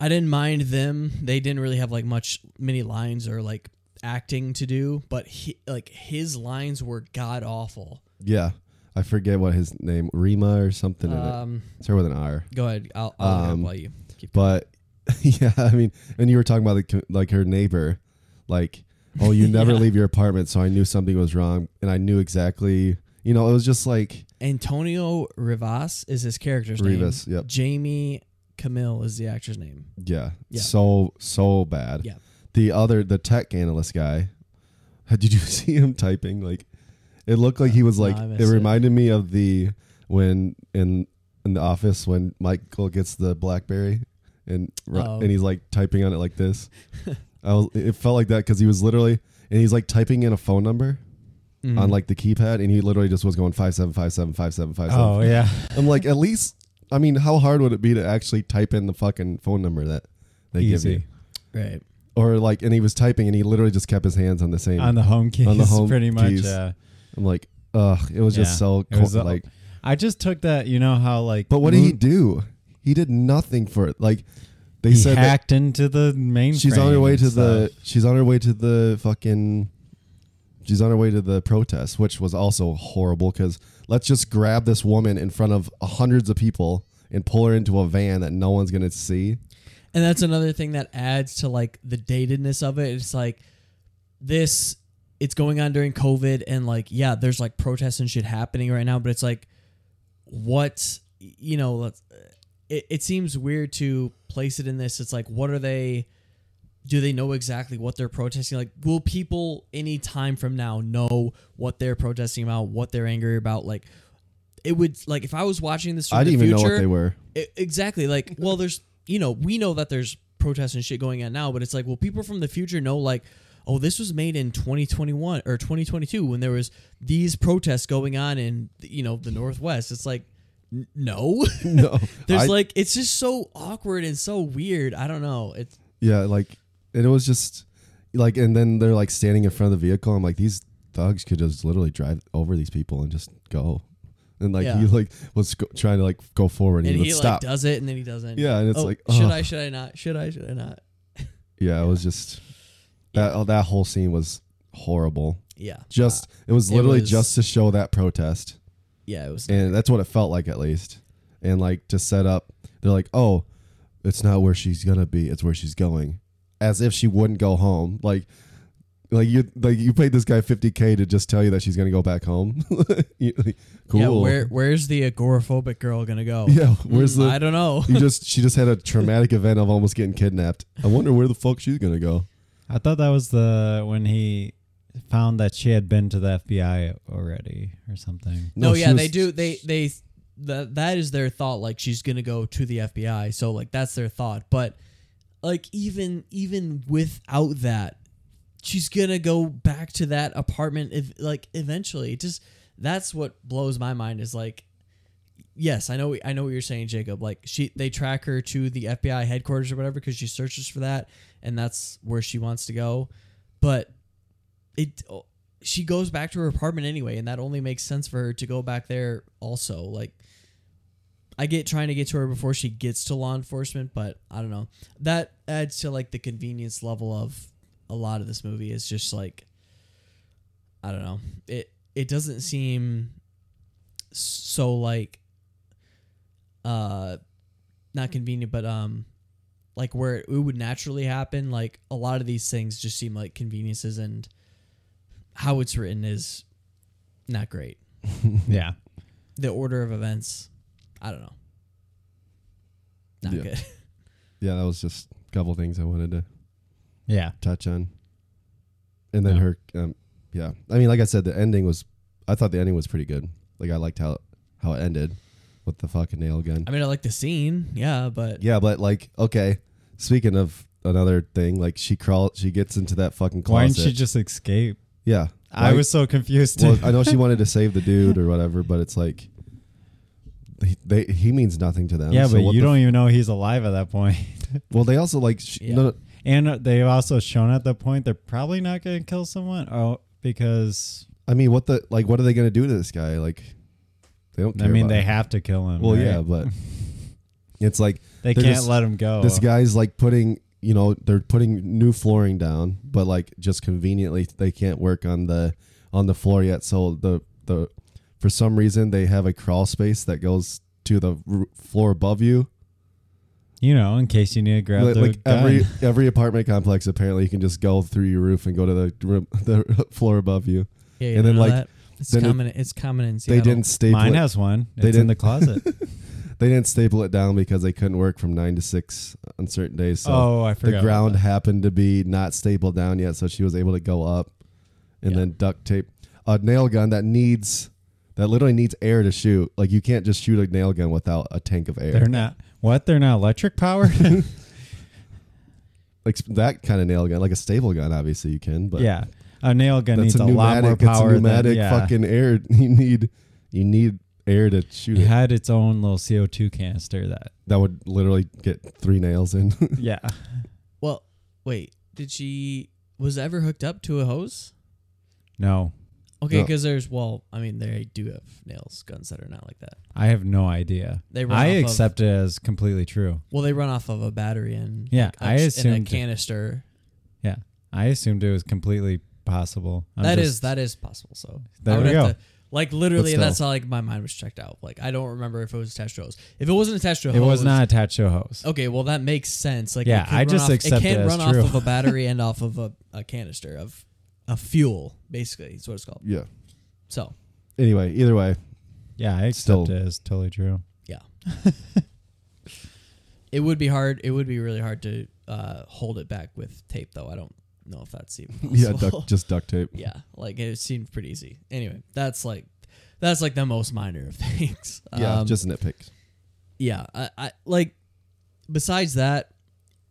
S1: I didn't mind them. They didn't really have like much many lines or like acting to do, but he, like his lines were god awful.
S3: Yeah, I forget what his name Rima or something. in it.
S1: Um,
S3: It's her with an R.
S1: go ahead. I'll, I'll look it up
S3: Um,
S1: while you keep.
S3: But yeah, I mean, and you were talking about the, co- like her neighbor, like oh, you never
S1: Yeah.
S3: leave your apartment, so I knew something was wrong, and I knew exactly. You know, it was just like
S1: Antonio Rivas is his character's
S3: Rivas,
S1: name.
S3: yep.
S1: Jamie Camille is the actor's name.
S3: yeah,
S1: Yeah.
S3: so so bad.
S1: Yeah.
S3: The other, the tech analyst guy, did you see him typing? Like, it looked like he was
S1: No,
S3: like.
S1: I
S3: it
S1: missed it.
S3: reminded me of the when in in the office when Michael gets the BlackBerry and ru-
S1: Oh.
S3: and he's like typing on it like this. I was, it felt like that because he was literally and he's like typing in a phone number on like the keypad and he literally just was going five seven five seven five seven five seven.
S2: Oh yeah.
S3: I'm like at least I mean how hard would it be to actually type in the fucking phone number that they
S2: Easy.
S3: give you
S1: Right.
S3: or like and he was typing and he literally just kept his hands on the same.
S2: On the home keys,
S3: On the home
S2: pretty much.
S3: keys.
S2: Yeah.
S3: I'm like ugh, it was
S2: Yeah.
S3: just so
S2: It was
S3: co-
S2: a-
S3: like.
S2: I just took that. You know how like.
S3: But what did he
S2: Moon-
S3: do? He did nothing for it. Like they
S2: He
S3: said that-
S2: hacked into the main.
S3: She's on her way to the. She's on her way to the fucking. She's on her way to the protest, which was also horrible. Because let's just grab this woman in front of hundreds of people and pull her into a van that no one's gonna see.
S1: And that's another thing that adds to like the datedness of it. It's like this it's going on during COVID and like yeah, there's like protests and shit happening right now, but it's like what you know, let's- it, it seems weird to place it in this. It's like what are they do they know exactly what they're protesting? Like, will people any time from now know what they're protesting about, what they're angry about? Like, it would like if I was watching this. from
S3: I didn't
S1: the
S3: even know what
S1: future,
S3: they were.
S1: I- E, exactly. Like, well, there's, you know, we know that there's protests and shit going on now, but it's like, well, people from the future know, like, oh, this was made in 2021 or 2022 when there was these protests going on in, you know, the Northwest. It's like, n- no,
S3: No,
S1: there's
S3: I-
S1: like, it's just so awkward and so weird. I don't know. It's
S3: yeah, like and it was just like, and then they're like standing in front of the vehicle. I'm like, these thugs could just literally drive over these people and just go. And like he
S1: Yeah.
S3: like was go- trying to like go forward, and,
S1: and
S3: he
S1: he
S3: would
S1: like
S3: stop.
S1: does it and then he doesn't.
S3: Yeah, and it's
S1: Oh,
S3: like,
S1: should
S3: ugh.
S1: I? Should I not? Should I? Should I not?
S3: yeah, it was just that oh, that whole scene was horrible.
S1: Yeah.
S3: Just it was literally
S1: was-
S3: just to show that protest,
S1: Yeah. It was.
S3: and that's what it felt like at least. And like to set up, they're like, "Oh, it's not where she's gonna be; it's where she's going," as if she wouldn't go home. Like Like you, like you paid this guy fifty k to just tell you that she's gonna go back home. You- like, cool.
S1: Yeah, where where's the agoraphobic girl gonna go?
S3: Yeah, where's
S1: Mm,
S3: the-
S1: I don't know.
S3: you just she just had a traumatic event of almost getting kidnapped. I wonder where the fuck she's gonna go.
S2: I thought that was the when he found that she had been to the FBI already or something.
S1: No,
S3: she
S1: yeah,
S3: was-
S1: they do. They they that that is their thought. Like she's gonna go to the FBI, so like that's their thought. But like even even without that, she's gonna go back to that apartment. If like eventually, It just that's what blows my mind is like. Yes, I know. I know what you're saying, Jacob. Like she, they track her to the FBI headquarters or whatever because she searches for that, and that's where she wants to go. But it she goes back to her apartment anyway and that only makes sense for her to go back there also like i get trying to get to her before she gets to law enforcement but i don't know that adds to like the convenience level of a lot of this movie is just like i don't know it it doesn't seem so like uh not convenient but um like where it would naturally happen like a lot of these things just seem like conveniences and how it's written is not great.
S2: Yeah.
S1: The order of events, I don't know. Not
S3: Yeah.
S1: good.
S3: Yeah, that was just a couple things I wanted to
S2: Yeah.
S3: touch on. And then
S2: Yeah.
S3: her, um, yeah. I mean, like I said, the ending was. I thought the ending was pretty good. Like I liked how how it ended with the fucking nail gun.
S1: I mean, I like the scene, yeah, but
S3: yeah, but like, okay. Speaking of another thing, like she crawls, she gets into that fucking closet.
S2: Why didn't she just escape?
S3: yeah,
S2: I
S3: Why-
S2: was so confused.
S3: Well, I know she wanted to save the dude or whatever, but it's like. He, they, he means nothing to them.
S2: yeah,
S3: so
S2: but
S3: what
S2: you
S3: the
S2: don't e-, even know he's alive at that point.
S3: Well, they also like sh-
S1: Yeah.
S3: no, no,
S2: and they've also shown at that point they're probably not going to kill someone. Oh, because
S3: I mean, what the like? What are they gonna do to this guy? Like, they don't. Care
S2: I mean
S3: about
S2: they
S3: him.
S2: have to kill him.
S3: Well,
S2: right?
S3: yeah, but it's like
S2: they
S3: they're
S2: can't
S3: just-
S2: let him go.
S3: This guy's like putting, you know, they're putting new flooring down, but like just conveniently they can't work on the on the floor yet. So the the for some reason they have a crawl space that goes to the r- floor above you.
S2: you know, in case you need to grab
S3: like
S2: the
S3: like
S2: gun.
S3: every every apartment complex, apparently you can just go through your roof and go to the room, the floor above you.
S1: yeah, you
S3: and then,
S1: know
S3: like,
S1: that. it's
S3: then it-
S1: common. it's common in
S3: They
S1: Seattle.
S3: didn't staple
S2: Mine
S3: it.
S2: has one. It's
S3: They
S2: in the
S3: didn't-
S2: closet.
S3: they didn't staple it down because they couldn't work from nine to six on certain days. So
S2: oh, I forgot.
S3: the
S2: about
S3: ground
S2: that.
S3: happened to be not stapled down yet, so she was able to go up and
S1: Yeah.
S3: then duct tape a nail gun that needs that literally needs air to shoot. Like you can't just shoot a nail gun without a tank of air.
S2: They're not. What? They're not electric powered?
S3: like sp- that kind of nail gun, like a staple gun, obviously you can, but
S2: yeah. A nail gun
S3: that's
S2: needs
S3: a
S2: a, lot more
S3: pneumatic. It's a
S2: power.
S3: pneumatic
S2: than, yeah.
S3: fucking air. You need you need air to shoot
S2: It
S3: it.
S2: had its own little CO2 canister that.
S3: That would literally get three nails in.
S2: Yeah.
S1: Well, wait, did she was ever hooked up to a hose?
S2: No,
S1: Okay,
S3: No.
S1: because there's well, I mean, they do have nails, guns that are not like that.
S2: I have no idea.
S1: They run
S2: I
S1: off of-
S2: accept it as completely true.
S1: Well, they run off of a battery and
S2: Yeah,
S1: a-
S2: I
S1: and
S2: assumed-
S1: a canister.
S2: Yeah. I assumed it was completely possible. I'm
S1: That is
S2: just-
S1: that is possible. So
S2: There
S1: I would
S2: we
S1: have
S2: go.
S1: to- like literally,
S3: still.
S1: that's how like my mind was checked out. Like I don't remember if it was attached to a hose. If it wasn't attached to a
S2: It
S1: hose,
S2: was not attached to a hose.
S1: Okay, well that makes sense. Like
S2: Yeah,
S1: it could
S2: I
S1: run
S2: just
S1: off,
S2: accept
S1: it can
S2: it as
S1: run
S2: true.
S1: off of a battery and off of a, a canister of a fuel, basically. Is what it's called.
S3: yeah.
S1: So
S3: Anyway, either way,
S2: Yeah, I accept
S3: Still.
S2: it as totally true.
S1: yeah, it would be hard. It would be really hard to uh, hold it back with tape, though. I don't know if that's even possible.
S3: yeah, duct, just duct tape.
S1: yeah, like it seemed pretty easy. Anyway, that's like that's like the most minor of things.
S3: Yeah,
S1: Um,
S3: just nitpicks.
S1: yeah I, I like besides that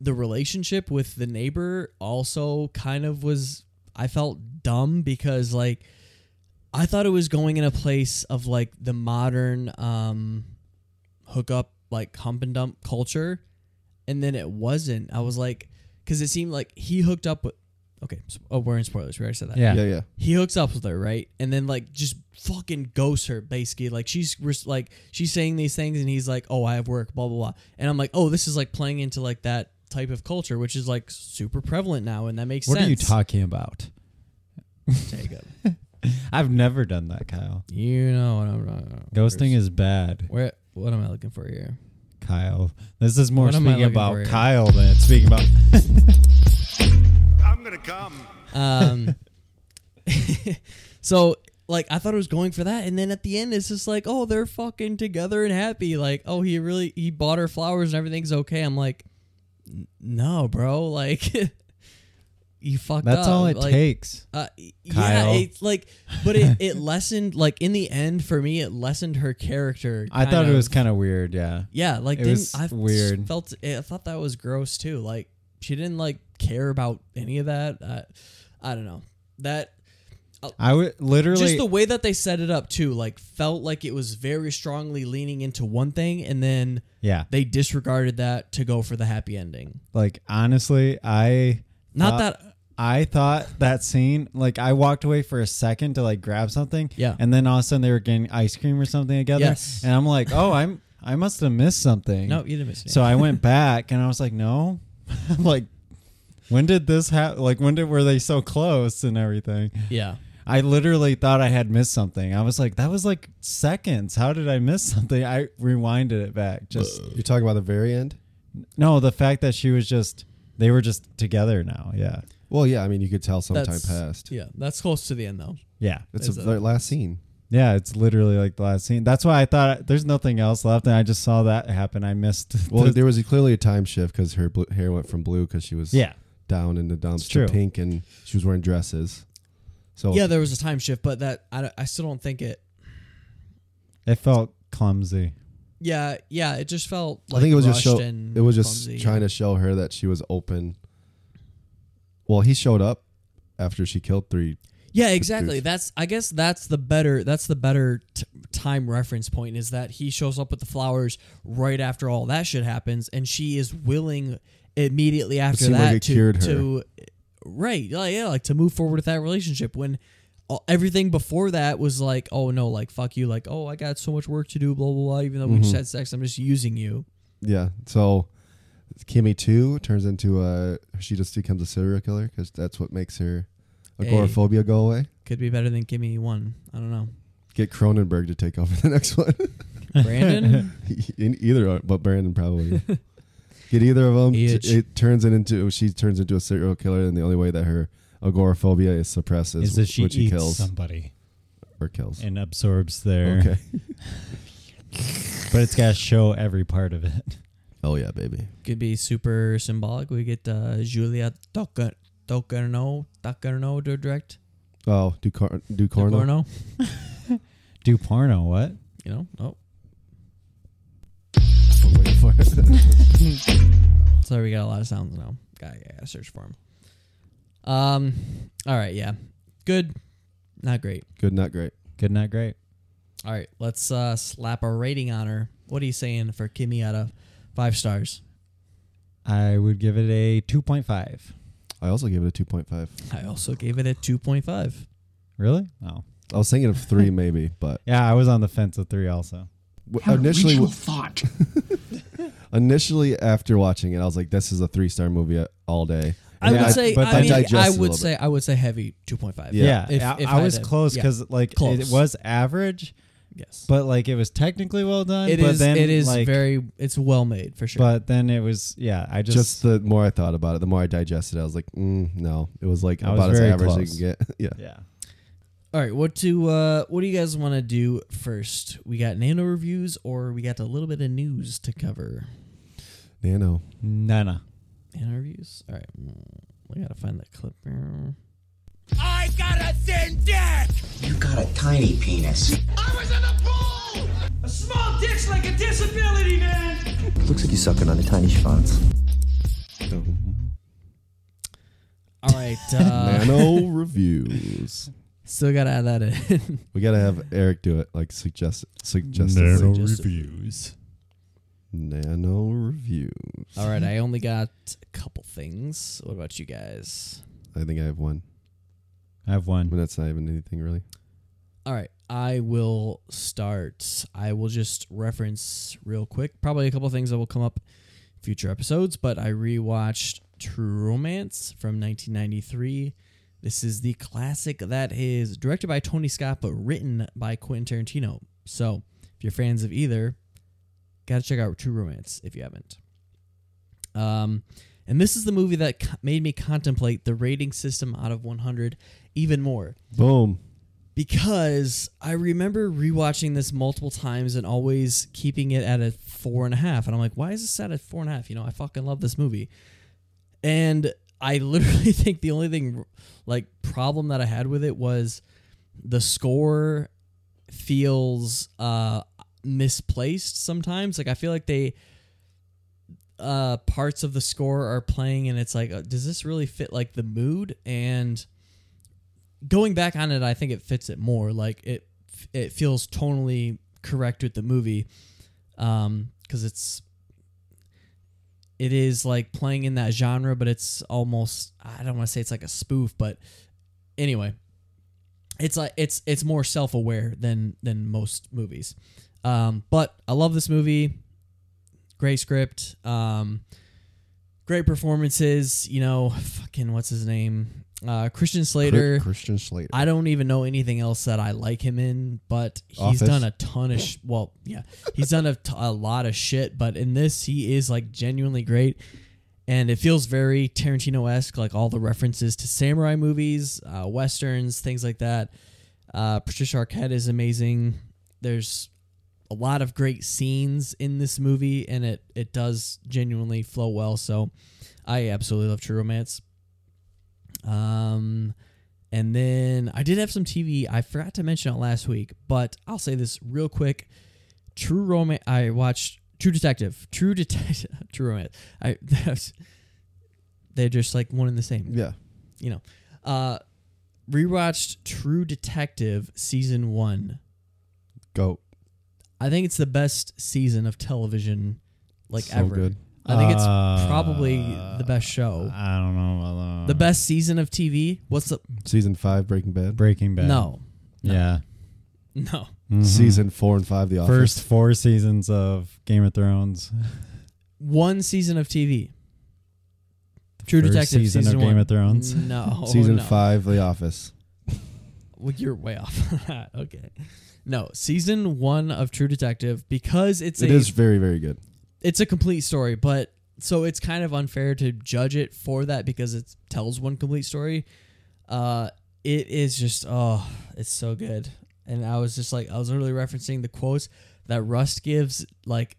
S1: the relationship with the neighbor also kind of was i felt dumb because like i thought it was going in a place of like the modern um hookup like hump and dump culture and then it wasn't i was like because it seemed like he hooked up with okay so, oh we're in spoilers we already said that
S2: Yeah.
S3: Yeah, yeah.
S1: he hooks up with her, right? And then like just fucking ghosts her basically. Like she's res- like she's saying these things and he's like, "Oh, I have work, blah blah blah." And I'm like, "Oh, this is like playing into like that type of culture which is like super prevalent now and that makes
S2: What
S1: sense."
S2: are you talking about?
S1: Jacob?
S2: I've never done that, Kyle.
S1: you know what I'm talking
S2: Ghosting is bad,
S1: Where what am I looking for here?
S2: Kyle. This is more
S1: What am I looking
S2: speaking
S1: for
S2: about
S1: here?
S2: Kyle than it's speaking about.
S4: I'm gonna
S8: come.
S1: Um, so like I thought it was going for that, and then at the end it's just like, oh, they're fucking together and happy. Like, oh, he really he bought her flowers and everything's okay. I'm like, "N- no, bro, like you fucked up.
S2: That's all it
S1: Like,
S2: takes.
S1: Uh, yeah,
S2: Kyle.
S1: it's like, but it, it lessened like in the end for me, it lessened her character.
S2: I thought
S1: kind
S2: it was
S1: of.
S2: kind of weird. Yeah.
S1: Yeah, like
S2: It
S1: didn't
S2: was
S1: I f-
S2: weird.
S1: Felt I thought that was gross too. Like she didn't like care about any of that. I, I don't know that
S2: I would literally.
S1: Oh. just the way that they set it up too. Like felt like it was very strongly leaning into one thing, and then
S2: yeah.
S1: they disregarded that to go for the happy ending.
S2: Like honestly, I
S1: Not
S3: Uh,
S2: thought-
S1: that
S2: I thought that scene. Like I walked away for a second to like grab something.
S1: Yeah.
S2: And then all of a sudden they were getting ice cream or something together.
S1: Yes.
S2: And I'm like, oh, I'm I must have missed something.
S1: no, you didn't miss it.
S2: So I went back and I was like, no. I'm like, when did this happen? Like when did were they so close and everything?
S1: yeah,
S2: I literally thought I had missed something. I was like, that was like seconds. How did I miss something? I rewinded it back. Just
S3: You're talking about the very end.
S2: no, the fact that she was just they were just together now. Yeah.
S3: Well, yeah. I mean, you could tell some time
S1: that's
S3: passed.
S1: Yeah, that's close to the end though.
S2: Yeah.
S3: It's
S1: Is
S3: the
S1: it-
S3: last scene.
S2: Yeah, it's literally like the last scene. That's why I thought there's nothing else left and I just saw that happen. I missed
S3: Well,
S2: the-
S3: there was clearly a time shift because her blue, hair went from blue because she was
S2: Yeah.
S3: down in the dumps
S2: true.
S3: to pink and she was wearing dresses. So
S1: Yeah, there was a time shift, but that I, don't- I still don't think it.
S2: it felt clumsy.
S1: Yeah, yeah, it just felt.
S3: I
S1: Like
S3: think it was just
S1: rushed
S3: show,
S1: and
S3: it was just
S1: clumsy.
S3: trying to show her that she was open. Well, he showed up after she killed three.
S1: Yeah, exactly. That's I guess that's the better that's the better t- time reference point is that he shows up with the flowers right after all that shit happens, and she is willing immediately after
S3: seemed like
S1: that
S3: it
S1: to
S3: cured her.
S1: to right like, yeah like to move forward with that relationship when all, everything before that was like oh no like fuck you like oh I got so much work to do blah blah blah even though
S3: Mm-hmm.
S1: we just had sex I'm just using you
S3: Yeah. So Kimmy two turns into a she just becomes a serial killer because that's what makes her
S1: Hey.
S3: agoraphobia go away.
S1: could be better than give me one I don't know
S3: Get Cronenberg to take over the next one.
S1: Brandon
S3: In E-, either, or- but Brandon probably. Get either of them.
S1: Huge.
S3: It turns it into she turns into a serial killer, and the only way that her agoraphobia is suppressed is,
S2: Is that she
S3: when
S2: eats
S3: she kills
S2: somebody
S3: or kills.
S2: and absorbs their
S3: Okay.
S2: but it's got to show every part of it.
S3: Oh yeah, baby.
S1: could be super symbolic. We get uh, Julia Tocar- Tocarno Tocarno to direct
S3: Oh, Ducar- Ducorno.
S1: Tocarno.
S2: Do porno what?
S1: You know, oh,
S3: Wait for it.
S1: sorry, we got a lot of sounds now. Gotta, gotta search for him. Um, all right, yeah, good, not great.
S3: Good, not great.
S2: Good, not great.
S1: All right, let's uh, slap a rating on her. What are you saying for Kimmy out of five stars?
S2: I would give it a 2.5.
S3: I also gave it a two point five.
S1: I also gave it a two point five.
S2: Really? Oh.
S3: I was thinking of three maybe, but
S2: Yeah, I was on the fence of three also.
S3: w- initially,
S5: thought.
S3: initially after watching it, I was like, "This is a three star movie a- all day."
S1: I
S3: And
S1: would
S3: then
S1: say,
S3: but
S1: I,
S3: then
S1: mean,
S3: digested
S1: I
S3: a
S1: would
S3: little
S1: say, I would say heavy two point five.
S2: Yeah.
S1: if,
S2: I,
S1: if
S2: I
S1: had
S2: was
S1: to-
S2: close
S1: yeah,
S2: because like
S1: Close.
S2: it was average,
S1: yes,
S2: but like it was technically well done.
S1: it
S2: but
S1: is.
S2: Then,
S1: it is
S2: like,
S1: very. It's well made for sure.
S2: But then it was yeah. I
S3: bit.
S2: just,
S3: Just the more I thought about it, the more I digested. it. I was like, mm, "No, it was like
S2: I was
S3: about as
S2: very
S3: average
S2: close.
S3: as you can get." yeah.
S2: yeah.
S1: All right, what do uh, what do you guys want to do first? We got nano reviews, or we got a little bit of news to cover.
S3: Nano.
S2: Nana.
S1: Nano reviews. All right, mm, we gotta find that clip. here.
S4: I got a thin dick!
S9: You got a tiny penis.
S4: I was in the pool! A small dick's like a disability, man!
S9: Looks like you're sucking on a tiny schwanz.
S1: All right, uh,
S3: Nano reviews.
S1: still gotta add that in.
S3: We gotta have Eric do it, like suggest suggested.
S1: Just-
S2: reviews.
S3: Nano reviews.
S1: All right, I only got a couple things. What about you guys?
S3: I think I have one,
S2: I have one.
S3: but that's not even anything really.
S1: All right, I will start. I will just reference real quick. Probably a couple things that will come up in future episodes, but I rewatched True Romance from 1993. This is the classic that is directed by Tony Scott but written by Quentin Tarantino. So, if you're fans of either, got to check out True Romance if you haven't. Um, And this is the movie that co- made me contemplate the rating system out of 100 even more
S3: Boom.
S1: because I remember rewatching this multiple times and always keeping it at a four and a half. And I'm like, why is this at a four and a half? You know, I fucking love this movie. And I literally think the only thing, like, problem that I had with it was the score feels uh, misplaced sometimes. Like, I feel like they. Uh, parts of the score are playing, and it's like, uh, does this really fit like the mood? And going back on it, I think it fits it more. Like it, it feels tonally correct with the movie, um, because it's, it is like playing in that genre, but it's almost I don't want to say it's like a spoof, but anyway, it's like it's it's more self aware than than most movies. Um, but I love this movie. Great script. Um, great performances. You know, fucking what's his name? Uh, Christian Slater.
S3: Cri- Christian Slater.
S1: I don't even know anything else that I like him in, but he's
S3: Office.
S1: done a ton of sh- well, yeah, he's done a, t- a lot of shit. But in this, he is like genuinely great, and it feels very Tarantino esque, like all the references to samurai movies, uh, westerns, things like that. Uh, Patricia Arquette is amazing. There's a lot of great scenes in this movie, and it it does genuinely flow well. So, I absolutely love True Romance. Um, and then I did have some TV. I forgot to mention it last week, but I'll say this real quick. True Romance. I watched True Detective. True Detective. True Romance. I. they're just like one and the same
S3: yeah.
S1: you know. Uh rewatched True Detective season 1.
S3: Go.
S1: I think it's the best season of television like
S3: So
S1: ever.
S3: good.
S1: I think it's
S2: Uh,
S1: probably the best show.
S2: I don't know. about that.
S1: the best season of TV? What's the
S3: Season five, Breaking Bad.
S2: Breaking Bad.
S1: No.
S2: Yeah.
S1: No.
S3: Season four and five, The Mm-hmm. Office.
S2: First four seasons of Game of Thrones.
S1: One season of TV. True
S2: first
S1: Detective
S2: season of
S1: season
S2: Game
S1: one. Mm.
S2: of Thrones.
S1: No.
S3: season
S1: Oh, no.
S3: five, The Office.
S1: Well, you're way off. okay. No, season 1 of True Detective because it's
S3: It
S1: a
S3: is very, very good.
S1: it's a complete story, but so it's kind of unfair to judge it for that because it tells one complete story. Uh, it is just oh, it's so good, and I was just like I was literally referencing the quotes that Rust gives. Like,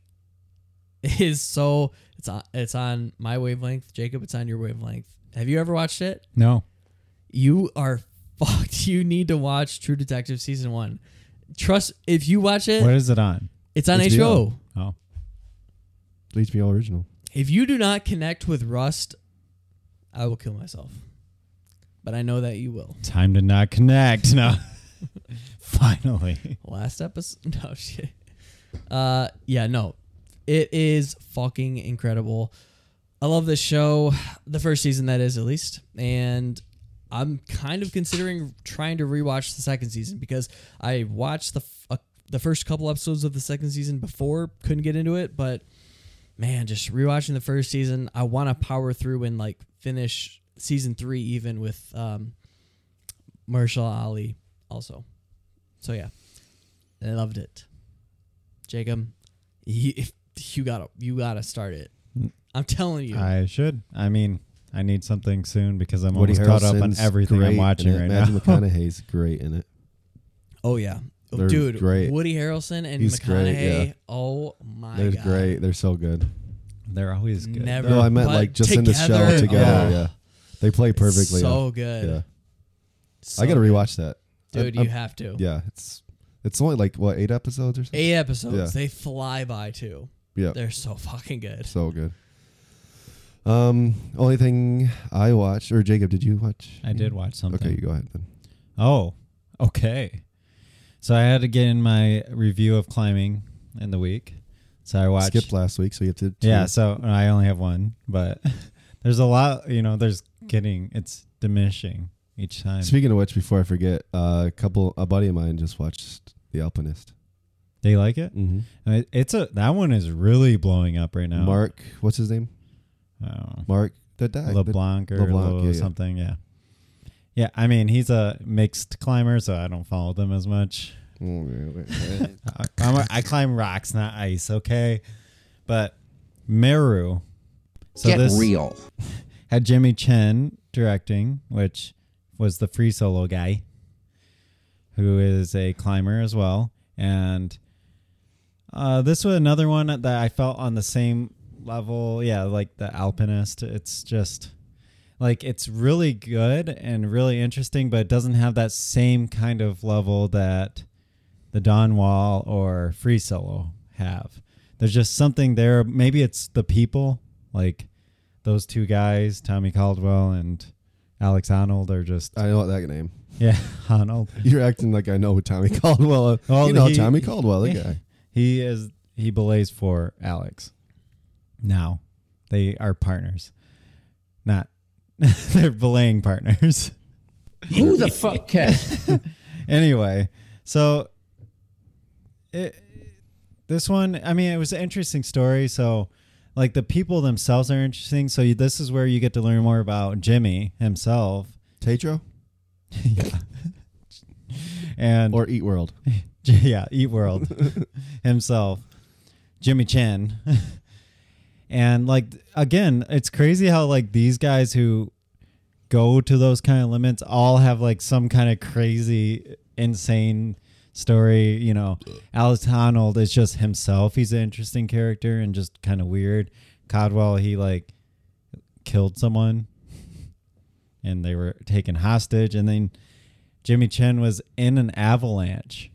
S1: is so it's on it's on my wavelength, Jacob. It's on your wavelength. Have you ever watched it?
S2: No.
S1: you are fucked. You need to watch True Detective season one. Trust if you watch it,
S2: What is it on?
S1: it's on
S3: HBO.
S1: HBO.
S2: Oh.
S3: HBO original.
S1: If you do not connect with Rust, I will kill myself. But I know that you will.
S2: Time to not connect. No. Finally.
S1: Last episode. No shit. Uh, yeah, no. It is fucking incredible. I love this show. The first season, that is, at least. And I'm kind of considering trying to rewatch the second season because I watched the f- uh, the first couple episodes of the second season before, couldn't get into it, but man, just rewatching the first season, I want to power through and like finish season three even with um, Marshall Ali also. So yeah, I loved it. Jacob, you, if you gotta you gotta start it.
S3: Mm.
S1: I'm telling you,
S2: I should. I mean, I need something soon because I'm
S3: Woody
S2: almost caught up on
S3: Harrelson's
S2: everything
S3: great
S2: I'm
S3: in
S2: watching
S3: it.
S2: right
S3: Matthew
S2: now.
S3: McConaughey's great in it.
S1: oh yeah,
S3: They're
S1: dude,
S3: great.
S1: Woody Harrelson and
S3: He's
S1: McConaughey.
S3: great, yeah.
S1: Oh my
S3: They're
S1: god,
S3: great. They're so good.
S2: They're always good.
S1: Never.
S3: No, I meant
S1: But
S3: like just in the
S1: together-
S3: show together.
S1: Oh.
S3: Yeah, they play perfectly.
S1: So
S3: yeah.
S1: good.
S3: Yeah,
S1: So
S3: I gotta
S1: good.
S3: rewatch that. I-
S1: dude.
S3: I'm-
S1: you have to.
S3: Yeah, it's it's only like what eight episodes or something.
S1: Eight episodes.
S3: Yeah.
S1: They fly by too.
S3: Yeah,
S1: They're so fucking good.
S3: so good. Um, only thing I watched, or Jacob, did you watch?
S2: I did watch something.
S3: Okay, you go ahead then.
S2: Oh, okay. So I had to get in my review of climbing in the week. So I watched.
S3: Skipped last week, so you have to.
S2: yeah, so I only have one, but there's a lot. You know, there's getting it's diminishing each time.
S3: Speaking of which, before I forget, uh, a couple, a buddy of mine just watched The Alpinist.
S2: They like it.
S3: Mm-hmm.
S2: I mean, It's a that one is really blowing up right now.
S3: Mark, what's his name?
S2: Oh.
S3: Mark that died.
S2: LeBlanc or
S3: LeBlanc,
S2: Lo
S3: yeah, yeah.
S2: something. Yeah. Yeah, I mean he's a mixed climber, so I don't follow them as much. I, I'm a, I climb rocks, not ice. Okay, but Meru. So
S8: Get
S2: this
S8: real.
S2: had Jimmy Chen directing, which was the free solo guy, who is a climber as well. And uh, this was another one that I felt on the same level. Yeah, like the Alpinist. It's just like it's really good and really interesting, but it doesn't have that same kind of level that the Don Wall or Free Solo have. There's just something there. Maybe it's the people, like those two guys, Tommy Caldwell and Alex Honnold, are just
S3: I know that name.
S2: yeah, Honnold.
S3: You're acting like I know who Tommy Caldwell. is.
S2: Well, uh,
S3: you know
S2: he-
S3: Tommy Caldwell, the guy.
S2: He is he belays for Alex. Now they are partners, not they're belaying partners.
S5: Who the fuck cares?
S2: anyway, so it, this one, I mean, it was an interesting story. So, like, the people themselves are interesting. So, you, this is where you get to learn more about Jimmy himself.
S3: Tatro
S2: yeah. And,
S3: or Eat World.
S2: yeah, Eat World himself, Jimmy Chen. and like again, it's crazy how like these guys who go to those kind of limits all have like some kind of crazy insane story, you know. Alex Honnold is just himself. He's an interesting character and just kind of weird. Codwell, he like killed someone and they were taken hostage and then Jimmy Chen was in an avalanche.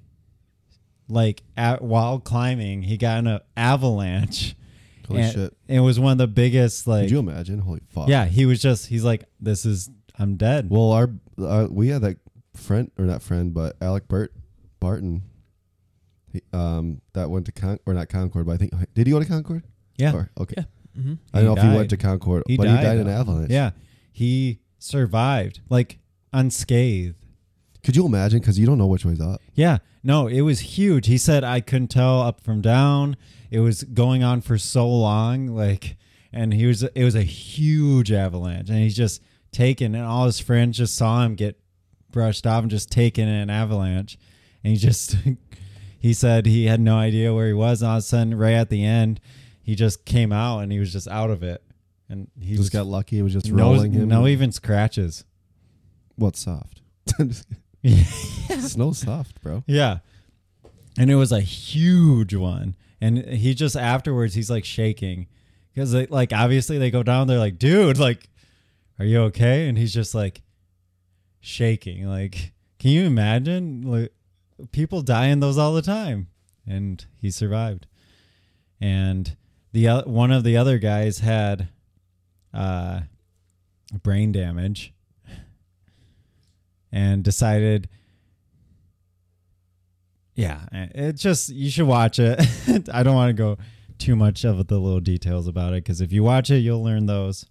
S2: Like at, while climbing, he got in an avalanche.
S3: Holy
S2: And
S3: shit!
S2: It was one of the biggest like
S3: Could you imagine? Holy fuck!
S2: Yeah, he was just he's like this is I'm dead.
S3: Well, our, our we had that friend or not friend, but Alec Burt Barton. He, um, that went to Con or not Concord, but I think did he go to Concord?
S2: yeah. Mm-hmm.
S3: Or- okay.
S1: Yeah. Mhm.
S3: I don't know
S2: He
S3: if he
S2: died.
S3: went to Concord, but he died in
S2: though.
S3: avalanche.
S2: Yeah. He survived like unscathed.
S3: Could you imagine? Because you don't know which way's up.
S2: Yeah. No, it was huge. He said I couldn't tell up from down. It was going on for so long like and he was it was a huge avalanche and he's just taken and all his friends just saw him get brushed off and just taken in an avalanche and he just he said he had no idea where he was and all of a sudden right at the end he just came out and he was just out of it and he
S3: He
S2: was
S3: just got lucky. It was just
S2: no,
S3: rolling him.
S2: no even scratches.
S3: what's soft? Snow soft, bro.
S2: yeah. And it was a huge one. And he just afterwards, he's like shaking because like obviously they go down. They're like, dude, like, are you okay? And he's just like shaking. Like, can you imagine? Like, people die in those all the time. And he survived. And the o- one of the other guys had uh, brain damage and decided yeah it just you should watch it i don't want to go too much of the little details about it because if you watch it you'll learn those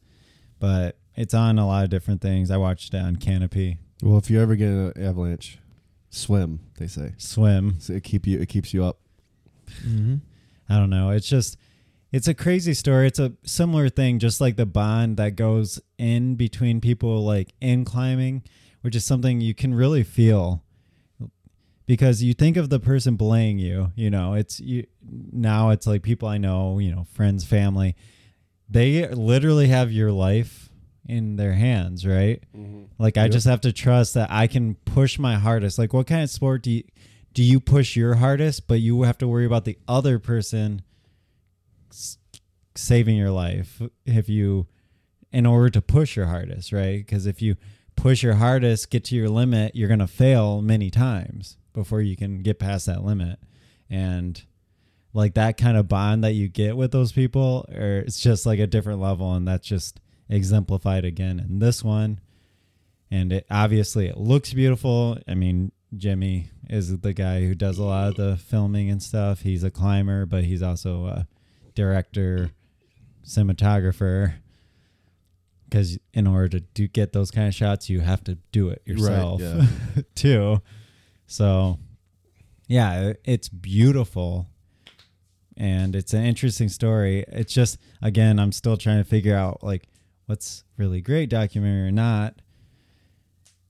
S2: but it's on a lot of different things i watched it on canopy
S3: Well, if you ever get in an avalanche, swim. They say
S2: swim
S3: so it keep you. It keeps you up.
S2: I don't know. It's just it's a crazy story. It's a similar thing, just like the bond that goes in between people like in climbing, which is something you can really feel because you think of the person belaying you, you know, it's you now it's like people I know, you know, friends, family. They literally have your life in their hands, right? Like I just have to trust that I can push my hardest. Like what kind of sport do you do you push your hardest, but you have to worry about the other person s- saving your life if you in order to push your hardest, right? Because if you push your hardest, get to your limit, you're gonna fail many times before you can get past that limit. And like that kind of bond that you get with those people, or it's just like a different level, and that's just exemplified again in this one and it obviously it looks beautiful. I mean, Jimmy is the guy who does a lot of the filming and stuff. He's a climber, but he's also a director, cinematographer. Because in order to do get those kind of shots, you have to do it yourself
S3: yeah.
S2: too. So, yeah, it- it's beautiful, and it's an interesting story. It's just again, I'm still trying to figure out like what's really great documentary or not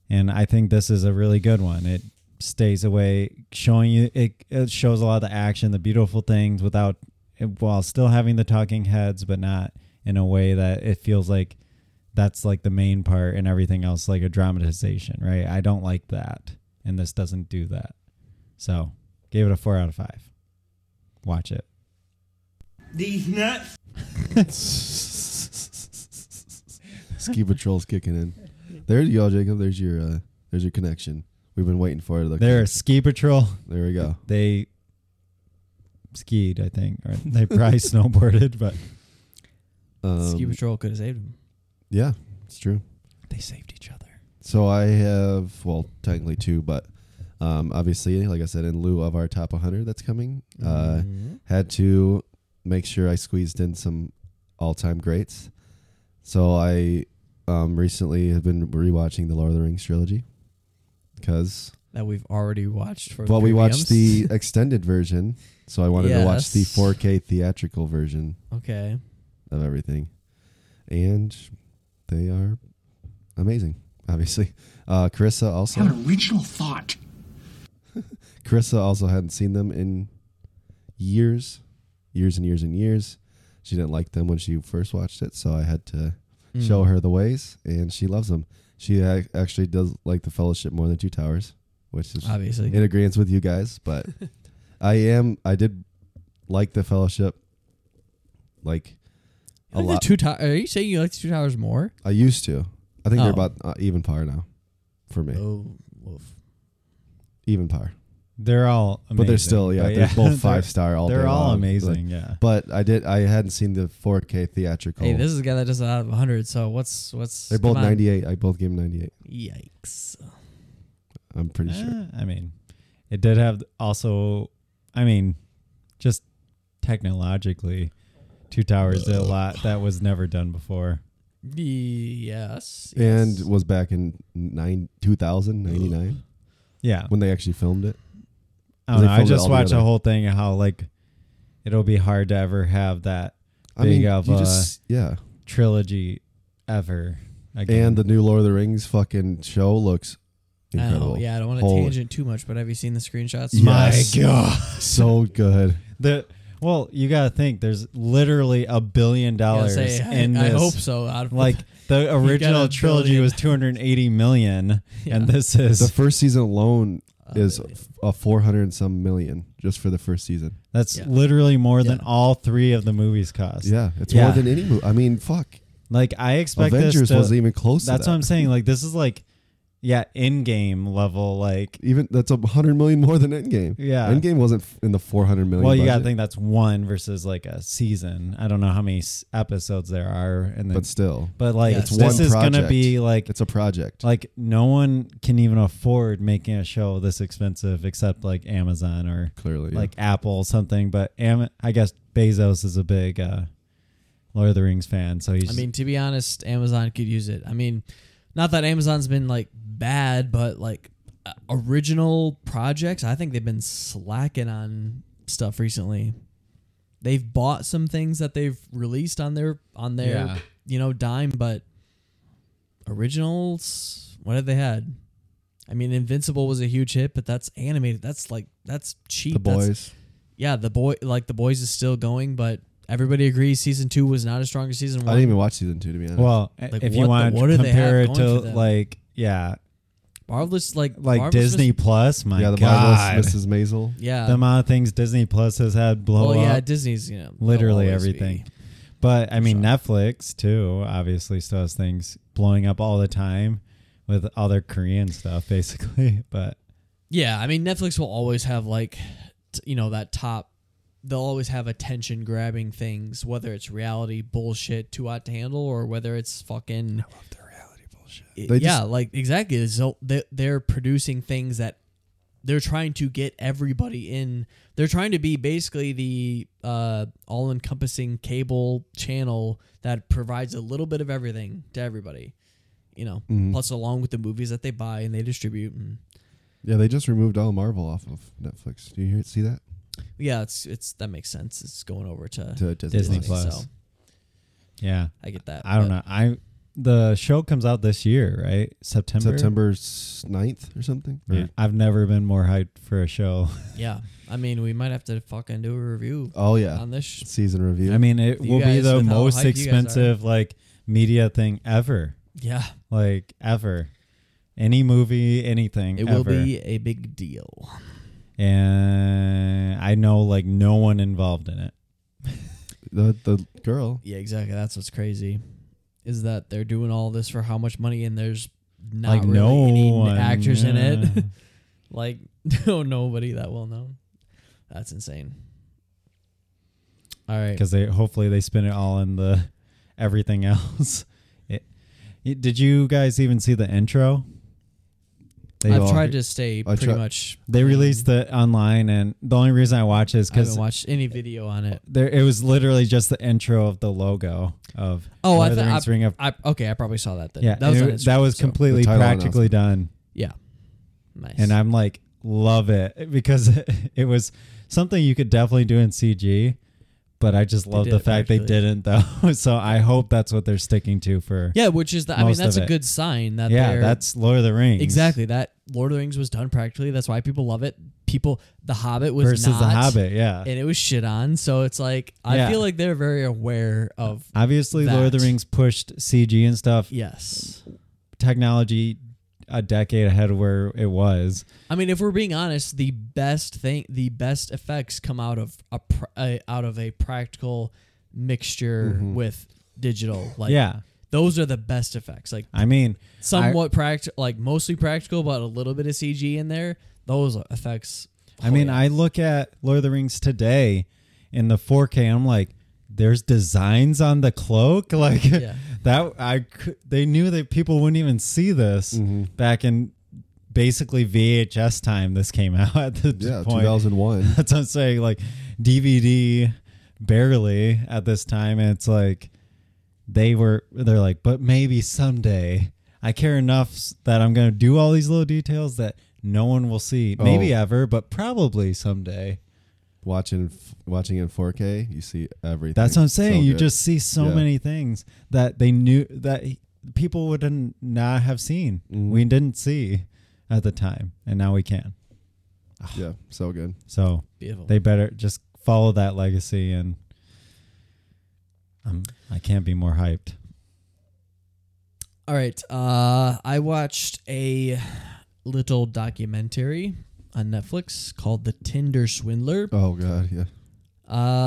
S2: and I think this is a really good one. It stays away, showing you it, it shows a lot of the action, the beautiful things without while still having the talking heads, but not in a way that it feels like that's like the main part and everything else like a dramatization, right? I don't like that. And this doesn't do that. So gave it a four out of five. Watch it.
S4: These nuts.
S3: Ski Patrol's kicking in. There you go, Jacob. There's your uh, there's your connection. We've been waiting for it. Look,
S2: They're a ski patrol.
S3: there we go.
S2: They skied, I think, or they probably snowboarded, but
S3: Um,
S1: Ski Patrol could have saved him.
S3: yeah, it's true.
S2: they saved each other.
S3: So I have, well, technically two, but um, obviously, like I said, in lieu of our top 100 that's coming, uh,
S2: Mm-hmm.
S3: had to make sure I squeezed in some all time greats. So I um, recently have been rewatching the Lord of the Rings trilogy because,
S1: That we've already watched for.
S3: well,
S1: the
S3: we watched the
S1: premiums.
S3: extended version. So I wanted to watch the
S1: Yes.
S3: 4K theatrical version
S1: okay.
S3: of everything. And they are amazing, obviously. Uh, Carissa also.
S8: An original thought.
S3: Carissa also hadn't seen them in years, years and years and years. She didn't like them when she first watched it, so I had to show her the ways, and she loves them. She ac- actually does like the Fellowship more than Two Towers, which is
S1: Obviously.
S3: in agreement with you guys. But I am, I did like the Fellowship, like
S1: I
S3: a
S1: like the
S3: lot.
S1: two to- Are you saying you like the two towers more?
S3: I used to. I think
S1: Oh.
S3: they're about uh, even par now, for me.
S1: Oh, woof.
S3: Even par.
S2: They're all amazing.
S3: but they're still
S1: Oh,
S3: yeah,
S2: but
S3: they're both five
S2: they're-
S3: star all
S2: They're
S3: day
S2: all
S3: long.
S2: amazing,
S3: Like,
S2: yeah.
S3: but I did I hadn't seen the 4K theatrical.
S1: Hey, this is a guy that does it out of 100. So what's what's?
S3: Oh. they're both
S1: come on.
S3: 98. I both gave them 98.
S1: Yikes.
S3: I'm pretty sure.
S2: Eh, I mean, it did have also, I mean, just technologically, Two Towers did a lot that was never done before.
S1: Yes. yes.
S3: And was back in nine 2000 99
S2: Yeah.
S3: when they actually filmed it.
S2: I, don't
S3: they
S2: know, I
S3: filmed it
S2: just
S3: all
S2: watched a
S3: together.
S2: whole thing of how, like, it'll be hard to ever have that
S3: I mean,
S2: Big of
S1: uh,
S3: you
S2: a-
S3: just yeah.
S2: trilogy ever again.
S3: And the new Lord of the Rings fucking show looks
S1: I don't know,
S3: incredible.
S1: Oh, yeah, I don't want to
S3: Holy-
S1: tangent too much, but have you seen the screenshots?
S2: My
S3: Yes.
S2: God.
S3: So good.
S2: The, well, you got to think there's literally a billion
S1: I,
S2: dollars
S1: say, I,
S2: in
S1: I
S2: this.
S1: hope so. Out of
S2: Like the original
S1: a
S2: trilogy
S1: billion.
S2: was 280 million, and this is
S3: The first season alone
S2: Oh,
S3: is
S1: really?
S3: a 400 and some million just for the first season.
S2: That's
S1: Yeah.
S2: literally more than
S1: Yeah.
S2: all three of the movies cost.
S3: Yeah, it's
S2: Yeah.
S3: more than any movie. I mean, fuck.
S2: Like I expect this
S3: Avengers
S2: to,
S3: wasn't even close
S2: That's
S3: to that.
S2: what I'm saying. Like this is like, yeah, in game level. Like,
S3: even that's a hundred million more than Endgame.
S2: Yeah.
S3: Endgame wasn't f- in the four hundred million.
S2: well, you got to
S3: budget,
S2: think that's one versus like a season. I don't know how many s- episodes there are, and then
S3: but still,
S2: but like
S1: Yeah, it's
S2: this
S3: one
S2: is gonna
S3: project.
S2: be like
S3: it's a project.
S2: like no one can even afford making a show this expensive except like Amazon or
S3: Clearly, yeah.
S2: like Apple something. But Am- I guess Bezos is a big uh, Lord of the Rings fan, so he's
S1: I mean, to be honest, Amazon could use it. I mean, not that Amazon's been like bad, but like uh, original projects, I think they've been slacking on stuff recently. They've bought some things that they've released on their on their
S2: Yeah.
S1: you know dime, but originals, what have they had? I mean, Invincible was a huge hit, but that's animated. That's like that's cheap.
S3: the
S1: That's-
S3: boys.
S1: yeah, the boy like the boys is still going, but everybody agrees season two was not as strong as season
S3: I
S1: one.
S3: didn't even watch season two to be honest.
S2: Well,
S1: Like,
S2: if
S1: what
S2: you
S1: the-
S2: want
S1: what do
S2: to
S1: they
S2: compare
S1: have
S2: it
S1: going
S2: to
S1: for them?
S2: like yeah,
S1: Marvelous, like
S2: like
S1: Marvelous
S2: Disney
S1: Mis-
S2: Plus, my
S3: yeah, the
S2: god,
S3: marvelous Mrs. Maisel.
S1: yeah.
S2: the amount of things Disney Plus has had blow
S1: well, yeah,
S2: up,
S1: Disney's you know they'll
S2: literally
S1: always
S2: everything.
S1: be-
S2: But I mean, Netflix too obviously still has things blowing up all the time with all their Korean stuff, basically. But
S1: Yeah, I mean Netflix will always have like t- you know that top. They'll always have attention grabbing things, whether it's reality bullshit too hot to handle, or whether it's fucking. I love their reality bullshit.
S3: They
S1: yeah,
S3: just-
S1: like exactly. So they- they're producing things that they're trying to get everybody in. They're trying to be basically the uh, all encompassing cable channel that provides a little bit of everything to everybody. You know, plus along with the movies that they buy and they distribute. And
S3: Yeah, they just removed all Marvel off of Netflix. Do you hear, see that?
S1: yeah, it's it's that makes sense. It's going over to,
S3: To Disney,
S2: Disney
S1: Disney,
S2: Plus.
S1: so
S2: yeah,
S1: I get that.
S2: I don't
S1: but
S2: know. I the show comes out this year, right? September.
S3: September s- 9th or something. Or-
S2: Yeah. I've never been more hyped for a show.
S1: Yeah, I mean, we might have to fucking do a review
S3: Oh yeah,
S1: on this. Sh-
S3: season review.
S2: I mean, it
S1: You
S2: will be
S1: guys
S2: the
S1: with how
S2: most
S1: hyped you guys are.
S2: expensive like media thing ever,
S1: yeah,
S2: like ever. Any movie, anything.
S1: it will
S2: ever.
S1: be a big deal.
S2: and I know like no one involved in it.
S3: the the girl.
S1: Yeah, exactly. That's what's crazy, is that they're doing all this for how much money, and there's not
S2: like
S1: really
S2: no
S1: any
S2: one,
S1: actors in
S2: yeah.
S1: it. like no nobody that well known. That's insane. All right.
S2: because they hopefully they spin it all in the everything else. It, it- did you guys even see the intro? They
S1: I've
S3: all-
S1: tried to stay
S3: I
S1: pretty
S3: try-
S1: much.
S2: they released it online, and the only reason I watch is
S1: I haven't
S2: because
S1: watched any video on it.
S2: there it was literally just the intro of the logo of
S1: Oh,
S2: Lord
S1: I
S2: of the
S1: thought
S2: Rings,
S1: I,
S2: Ring of
S1: I, okay. I probably saw that then.
S2: yeah,
S1: that was,
S2: and
S1: on
S2: it- that
S1: Instagram,
S2: was
S1: so-
S2: completely
S3: The title
S2: practically done.
S1: Yeah. Nice.
S2: and I'm like love it because it was something you could definitely do in CG, but I just love
S1: did
S2: the
S1: it
S2: fact they
S1: practically.
S2: didn't though. so I hope that's what they're sticking to for
S1: yeah, which is the, I mean
S2: most
S1: that's
S2: of
S1: a
S2: it.
S1: good sign that
S2: yeah
S1: they're
S2: that's Lord of the Rings
S1: exactly that Lord of the Rings was done practically. That's why people love it. People, The Hobbit was
S2: versus
S1: not,
S2: the Hobbit. Yeah,
S1: and it was shit on. So it's like I
S2: Yeah.
S1: feel like they're very aware of
S2: obviously Lord of the
S1: that.
S2: Rings pushed CG and stuff
S1: yes.
S2: technology a decade ahead of where it was.
S1: I mean, if we're being honest, the best thing, the best effects come out of a, pr- a out of a practical mixture with digital. Like,
S2: Mm-hmm. yeah,
S1: those are the best effects. Like,
S2: I mean,
S1: somewhat practical, like mostly practical, but a little bit of CG in there. Those effects.
S2: I mean,
S1: yeah.
S2: I look at Lord of the Rings today in the 4K. I'm like, there's designs on the cloak, like
S1: Yeah.
S2: that. I cou- they knew that people wouldn't even see this back in basically VHS time. This came out at the
S3: Yeah,
S2: point.
S3: 2001.
S2: That's what I'm saying. Like DVD, barely at this time. And it's like they were. They're like, but maybe someday. I care enough s- that I'm going to do all these little details that no one will see. Maybe
S3: Oh.
S2: ever, but probably someday.
S3: watching f- watching it in 4K, you see everything.
S2: That's what I'm
S3: So
S2: saying. you
S3: good.
S2: just see so
S3: Yeah.
S2: many things that they knew that he- people would n- not have seen.
S3: Mm-hmm.
S2: We didn't see at the time, and now we can.
S3: yeah, so good.
S2: So
S1: beautiful.
S2: they better just follow that legacy and I'm, I can't be more hyped.
S1: All right. Uh, I watched a little documentary on Netflix called "The Tinder Swindler."
S3: Oh god, yeah.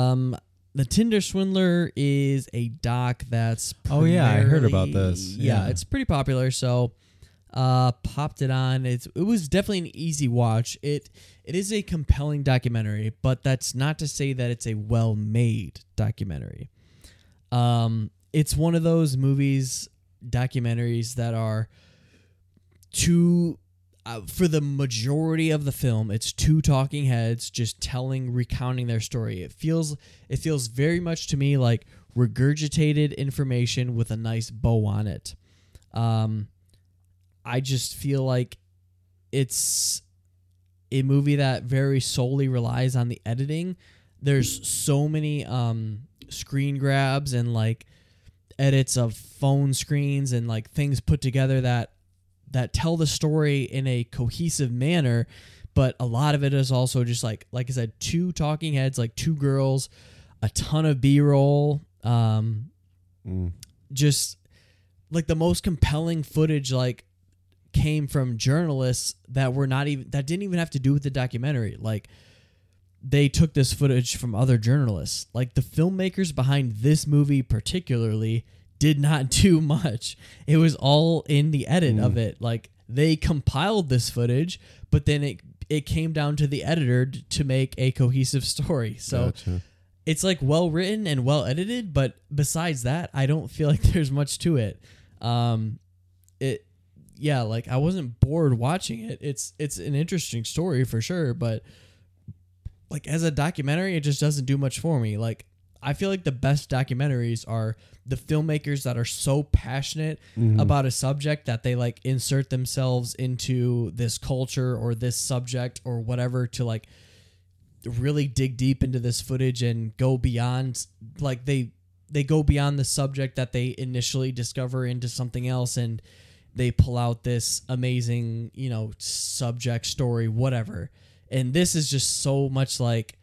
S1: Um, the Tinder Swindler is a doc that's
S2: Oh, yeah, I heard about
S1: primarily-
S2: this.
S1: Yeah.
S2: Yeah.
S1: it's pretty popular. So, uh, popped it on. It's it was definitely an easy watch. It it is a compelling documentary, but that's not to say that it's a well made documentary. Um, it's one of those movies documentaries that are two uh, for the majority of the film it's two talking heads just telling recounting their story it feels it feels very much to me like regurgitated information with a nice bow on it um i just feel like it's a movie that very solely relies on the editing there's so many um screen grabs and like edits of phone screens and like things put together that that tell the story in a cohesive manner but a lot of it is also just like like i said two talking heads like two girls a ton of b-roll um just like the most compelling footage like came from journalists that were not even that didn't even have to do with the documentary like they took this footage from other journalists like the filmmakers behind this movie particularly did not do much it was all in the edit of it like they compiled this footage but then it it came down to the editor t- to make a cohesive story so
S3: Gotcha.
S1: it's like well written and well edited, but besides that, I don't feel like there's much to it. Um, it, yeah, like I wasn't bored watching it. It's it's an interesting story for sure, but like as a documentary, it just doesn't do much for me. Like I feel like the best documentaries are the filmmakers that are so passionate about a subject that they like insert themselves into this culture or this subject or whatever to like really dig deep into this footage and go beyond like they they go beyond the subject that they initially discover into something else and they pull out this amazing, you know, subject story whatever. And this is just so much like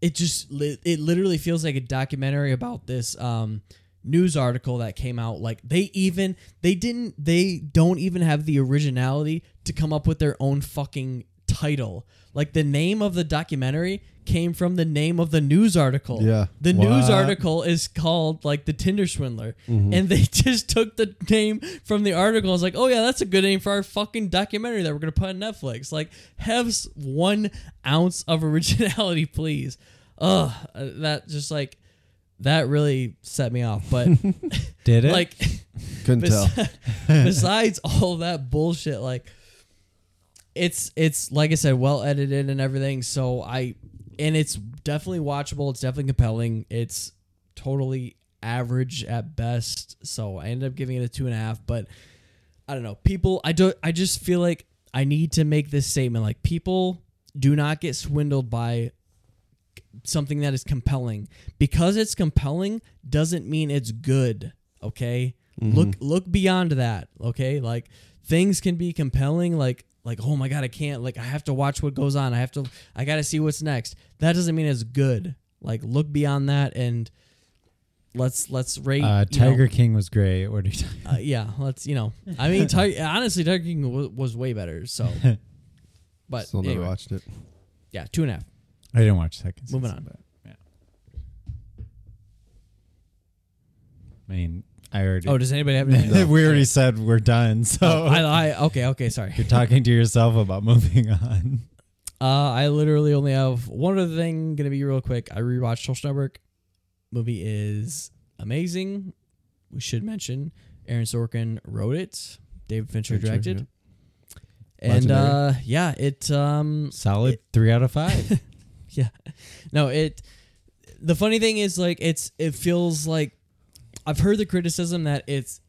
S1: it just li- it literally feels like a documentary about this um news article that came out like they even they didn't they don't even have the originality to come up with their own fucking title like the name of the documentary came from the name of the news article
S3: Yeah.
S1: the news
S2: What?
S1: article is called like the tinder swindler and they just took the name from the article i was like oh yeah that's a good name for our fucking documentary that we're gonna put on netflix like have s- one ounce of originality please ugh uh, that just like that really set me off. But
S2: Did it?
S1: like,
S3: Couldn't tell.
S1: bes- besides all that bullshit, like it's it's like I said, well edited and everything. So I and it's definitely watchable. It's definitely compelling. It's totally average at best. So I ended up giving it a two and a half. But I don't know. People, I don't. I just feel like I need to make this statement. Like people do not get swindled by something that is compelling because it's compelling doesn't mean it's good okay
S2: Mm-hmm.
S1: look look beyond that okay like things can be compelling like like oh my god i can't like i have to watch what goes on i have to i gotta see what's next that doesn't mean it's good like look beyond that and let's let's rate
S2: uh,
S1: you know,
S2: Tiger King was great. What are you talking?
S1: uh, yeah let's you know i mean Ti- honestly tiger king was, was way better so but
S3: Still never
S1: anyway,
S3: watched it.
S1: yeah two and a half
S2: I didn't watch second.
S1: Moving
S2: season,
S1: on.
S2: but, yeah. I mean, I already.
S1: oh does anybody have anything
S2: we already said we're done. So
S1: Oh, I, I okay okay sorry
S2: you're talking to yourself about moving on.
S1: Uh, I literally only have one other thing gonna be real quick. I rewatched Social Network. Movie is amazing. We should mention Aaron Sorkin wrote it. David Fincher
S3: Fincher,
S1: directed. And uh,
S3: Legendary.
S1: yeah, it um
S2: Solid three out of five.
S1: yeah. No, it the funny thing is like it's it feels like I've heard the criticism that it's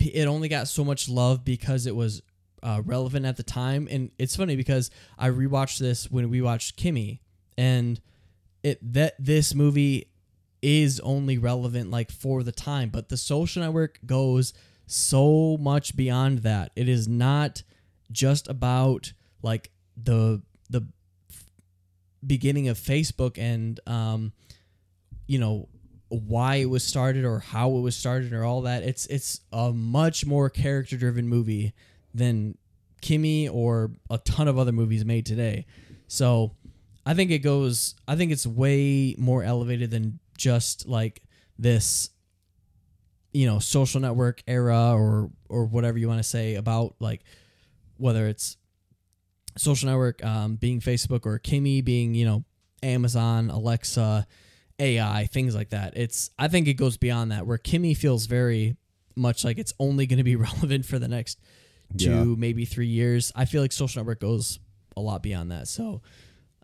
S1: it only got so much love because it was uh, relevant at the time and it's funny because I rewatched this when we watched Kimmy and it that this movie is only relevant like for the time but the social network goes so much beyond that it is not just about like the the beginning of Facebook and um, you know why it was started or how it was started or all that. It's it's a much more character driven movie than Kimmy or a ton of other movies made today. So I think it goes. I think it's way more elevated than just like this you know social network era or or whatever you want to say about like whether it's social network um, being Facebook or Kimmy being you know Amazon, Alexa, AI, things like that. It's I think it goes beyond that where Kimmy feels very much like it's only going to be relevant for the next two
S3: Yeah.
S1: maybe three years. I feel like social network goes a lot beyond that. So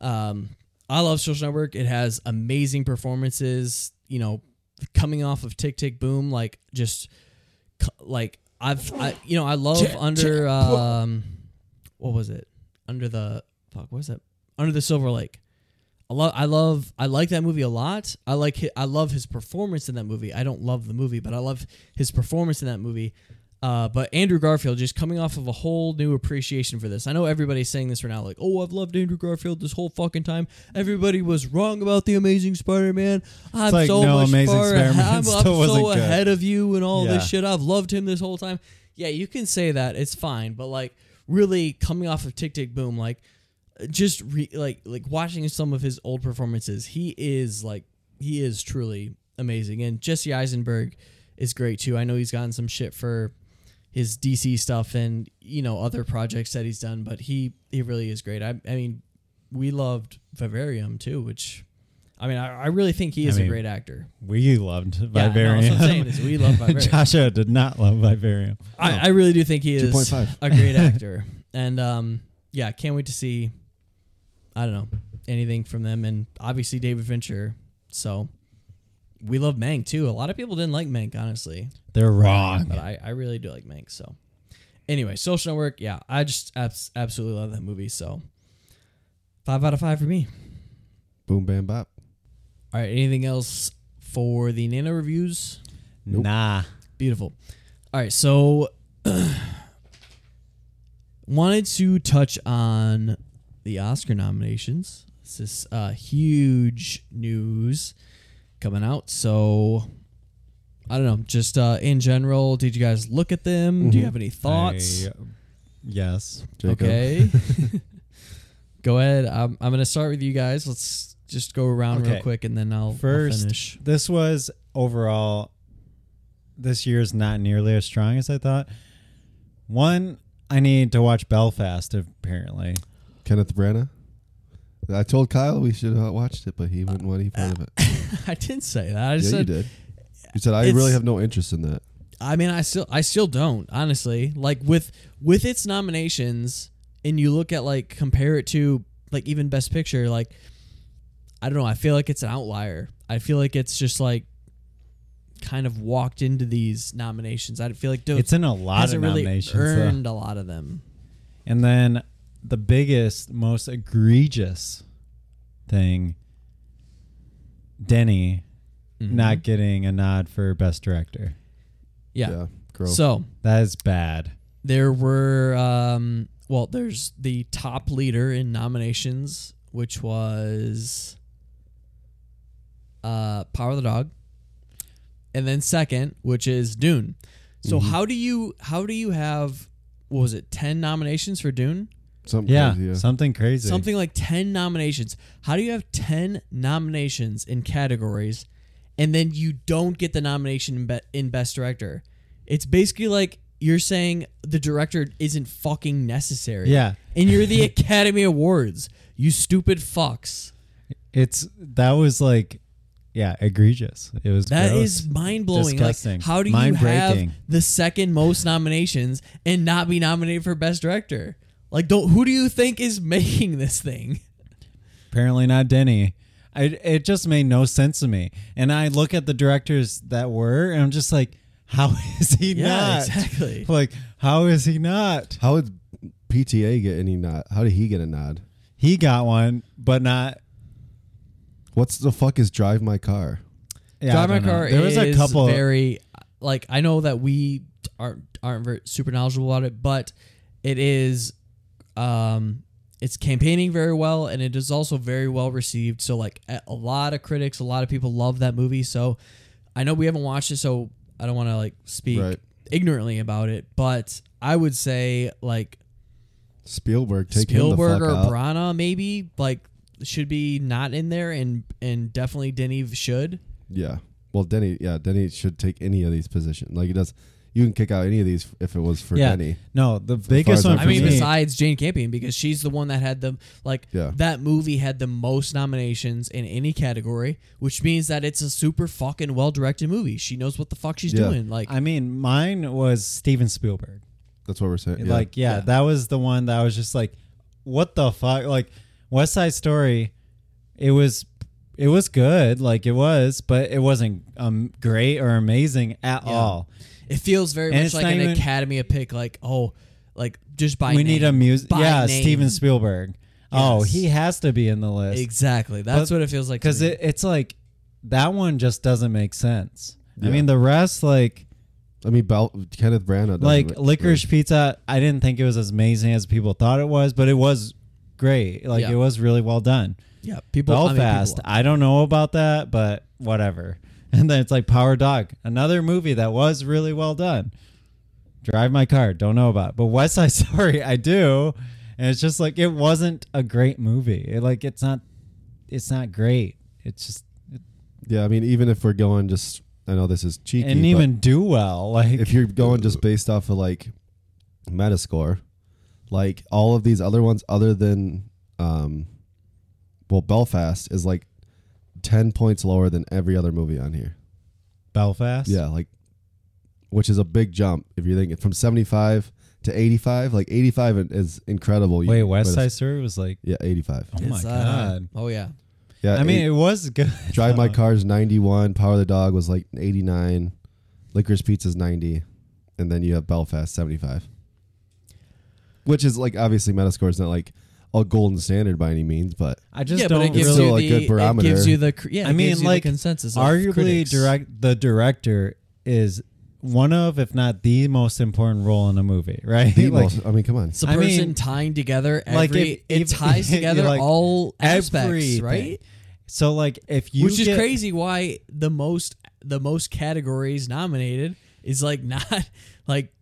S1: um, I love Social Network. It has amazing performances. You know, coming off of Tick Tick Boom, like just c- like I've I, you know I love under um what was it under the fuck what was it under the Silver Lake. I love I love I like that movie a lot. I like hi- I love his performance in that movie. I don't love the movie, but I love his performance in that movie. Uh, but Andrew Garfield just coming off of a whole new appreciation for this. I know everybody's saying this right now, like, "Oh, I've loved Andrew Garfield this whole fucking time." Everybody was wrong about the Amazing Spider-Man. I'm
S2: like,
S1: so
S2: no,
S1: much
S2: Amazing
S1: far ahead.
S2: Spider-Man
S1: I'm,
S2: still
S1: I'm
S2: wasn't
S1: so
S2: good.
S1: ahead of you and all
S2: Yeah.
S1: this shit. I've loved him this whole time. Yeah, you can say that. It's fine, but like, really coming off of Tick Tick Boom, like, just re- like like watching some of his old performances, he is like he is truly amazing. And Jesse Eisenberg is great too. I know he's gotten some shit for his DC stuff and you know other projects that he's done, but he he really is great. I I mean, we loved Vivarium too, which I mean I, I really think he is
S2: mean,
S1: a great actor.
S2: We loved
S1: Yeah, no,
S2: Vivarium.
S1: that's what I'm saying is we love Vivarium.
S2: Joshua did not love Vivarium.
S1: I, I really do think he is
S3: 2.5.
S1: a great actor. and um, yeah, can't wait to see, I don't know, anything from them. And obviously, David Fincher. So we love Mank too. A lot of people didn't like Mank, honestly.
S2: They're wrong.
S1: But I, I really do like Mank. So anyway, Social Network. Yeah, I just abs- absolutely love that movie. So five out of five for me.
S3: Boom, bam, bop.
S1: All right, anything else for the Nano reviews.
S2: Nah.
S1: Beautiful. All right, so wanted to touch on the Oscar nominations. This is uh, huge news coming out. So I don't know. Just uh, in general, did you guys look at them? Do you have any thoughts?
S2: Mm-hmm. I- yes.
S3: Jacob.
S1: Okay. go ahead. I'm, I'm going to start with you guys. Let's just go around real
S2: Okay.
S1: quick and then I'll, I'll
S2: 1st
S1: finish.
S2: this was overall this year's not nearly as strong as I thought. One, I need to watch Belfast apparently.
S3: Kenneth Branagh. I told Kyle we should have watched it, but he wouldn't want any part of it. Yeah,
S1: I didn't say that. I just
S3: you
S1: said,
S3: did. You said I
S1: it's-
S3: really have no interest in that.
S1: I mean, I still, I still don't honestly. Like with with its nominations, and you look at like compare it to like even Best Picture. Like I don't know. I feel like it's an outlier. I feel like it's just like kind of walked into these nominations. I feel like don't-
S2: It's in a lot
S1: hasn't
S2: of
S1: really
S2: nominations. though.
S1: earned a lot of them.
S2: And then the biggest, most egregious thing Denny
S1: Mm-hmm.
S2: not getting a nod for best director.
S1: Yeah.
S3: Yeah, gross.
S1: So
S2: That is bad.
S1: there were um well there's the top leader in nominations which was uh power of the dog and then second which is dune so how do you how do you have what was it 10 nominations for dune
S3: Something
S2: Yeah.
S3: crazy,
S2: Something crazy.
S1: something like 10 nominations how do you have 10 nominations in categories and then you don't get the nomination in, be- in best director it's basically like you're saying the director isn't fucking necessary
S2: Yeah.
S1: and you're the academy awards you stupid fucks
S2: It's that was like yeah, egregious. It was
S1: That
S2: gross.
S1: is mind blowing. Like,
S2: Disgusting.
S1: how do you have
S2: Mind-breaking.
S1: the second most nominations and not be nominated for best director? Like, don't who do you think is making this thing?
S2: apparently not Denny. I, it just made no sense to me. And I look at the directors that were, and I'm just like, how is he
S1: Yeah,
S2: not?
S1: exactly.
S2: Like, how is he not?
S3: How did PTA get any nod? How did he get a nod?
S2: He got one, but not.
S3: What's the fuck is drive my car?
S2: Yeah, I
S1: Drive My
S2: don't know.
S1: Car
S2: There was a couple.
S1: very like I know that we aren't aren't very super knowledgeable about it, but it is um it's campaigning very well and it is also very well received. So like a a lot of critics, a lot of people love that movie. So I know we haven't watched it, so I don't want to like speak
S3: Right.
S1: ignorantly about it, but I would say like
S3: Spielberg, take him
S1: Spielberg
S3: the
S1: or
S3: fuck out.
S1: Brana maybe like should be not in there and and definitely Denny should.
S3: yeah. Well, Denny, yeah, Denny should take any of these positions. Like it does. You can kick out any of these if it was for
S2: yeah.
S3: Denny.
S2: No, the biggest
S3: as
S2: one
S3: I'm
S2: for
S1: I mean,
S2: me.
S1: besides Jane Campion, because she's the one that had the like
S3: Yeah.
S1: that movie had the most nominations in any category, which means that it's a super fucking well directed movie. She knows what the fuck she's
S3: Yeah.
S1: doing. Like,
S2: I mean, mine was Steven Spielberg.
S3: That's what we're saying. Yeah.
S2: Like, yeah,
S1: Yeah.
S2: that was the one that I was just like, what the fuck? Like, West Side Story, it was, it was good, like it was, but it wasn't um great or amazing at all.
S1: it feels very
S2: And
S1: much
S2: it's
S1: like
S2: not
S1: an
S2: even-
S1: Academy of pick. Like, oh, like just by
S2: we need a
S1: name,
S2: music,
S1: by
S2: yeah,
S1: name.
S2: Steven Spielberg. Oh,
S1: Yes.
S2: he has to be in the list.
S1: Exactly. That's
S2: But-
S1: what it feels like. to
S2: because
S1: me.
S2: it, it's like that one just doesn't make sense.
S3: Yeah.
S2: I mean, the rest like
S3: I mean, Bel- Kenneth Branagh. doesn't
S2: like
S3: make-
S2: licorice pizza. I didn't think it was as amazing as people thought it was, but it was great. Like
S1: Yeah.
S2: it was really well done.
S1: yeah, people I mean, people-
S2: Belfast. I, don't know about that, but whatever. And then it's like Power Dog, another movie that was really well done. Drive My Car, don't know about, it. but West Side Story, I do. And it's just like it wasn't a great movie. It, like it's not, it's not great. It's just
S3: Yeah, I mean, even if we're going just, I know this is cheeky.
S2: it didn't
S3: but
S2: even do well. Like
S3: if you're going just based off of like Metascore, like all of these other ones, other than, um, well, Belfast is like ten points lower than every other movie on here.
S2: Belfast,
S3: Yeah, like, which is a big jump if you're thinking from seventy five to eighty five. Like eighty five is incredible. You-
S2: Wait, West
S3: but
S2: Side
S3: it's-
S2: Story was like,
S3: Yeah, eighty five.
S2: oh my
S1: it's, uh,
S2: god.
S1: Oh yeah,
S3: Yeah,
S2: I mean,
S3: eight-
S2: it was uh, good.
S3: Uh, Drive My
S2: though.
S3: Car's 91, Power of the Dog was like 89, Licorice Pizza's 90, and then you have Belfast 75. Which is like obviously Metascore is not like a golden standard by any means, but
S2: I just
S1: yeah,
S2: don't
S1: but it gives
S2: really.
S1: you
S3: Still a
S1: the
S3: good
S1: It
S3: barometer.
S1: gives you the cr- yeah.
S2: I
S1: it
S2: mean,
S1: gives you
S2: like
S1: the consensus. of
S2: arguably,
S1: critics.
S2: direct the director is one of, if not the most important role in a movie, right?
S3: the
S2: Like,
S3: most, I mean, come on.
S1: It's a
S2: I
S1: person
S2: mean,
S1: tying together every.
S2: like, if-
S1: it
S2: if-
S1: ties together
S2: like,
S1: all aspects,
S2: everything.
S1: right?
S2: So, like, if you
S1: Which is
S2: get-
S1: crazy. Why the most the most categories nominated is like not like.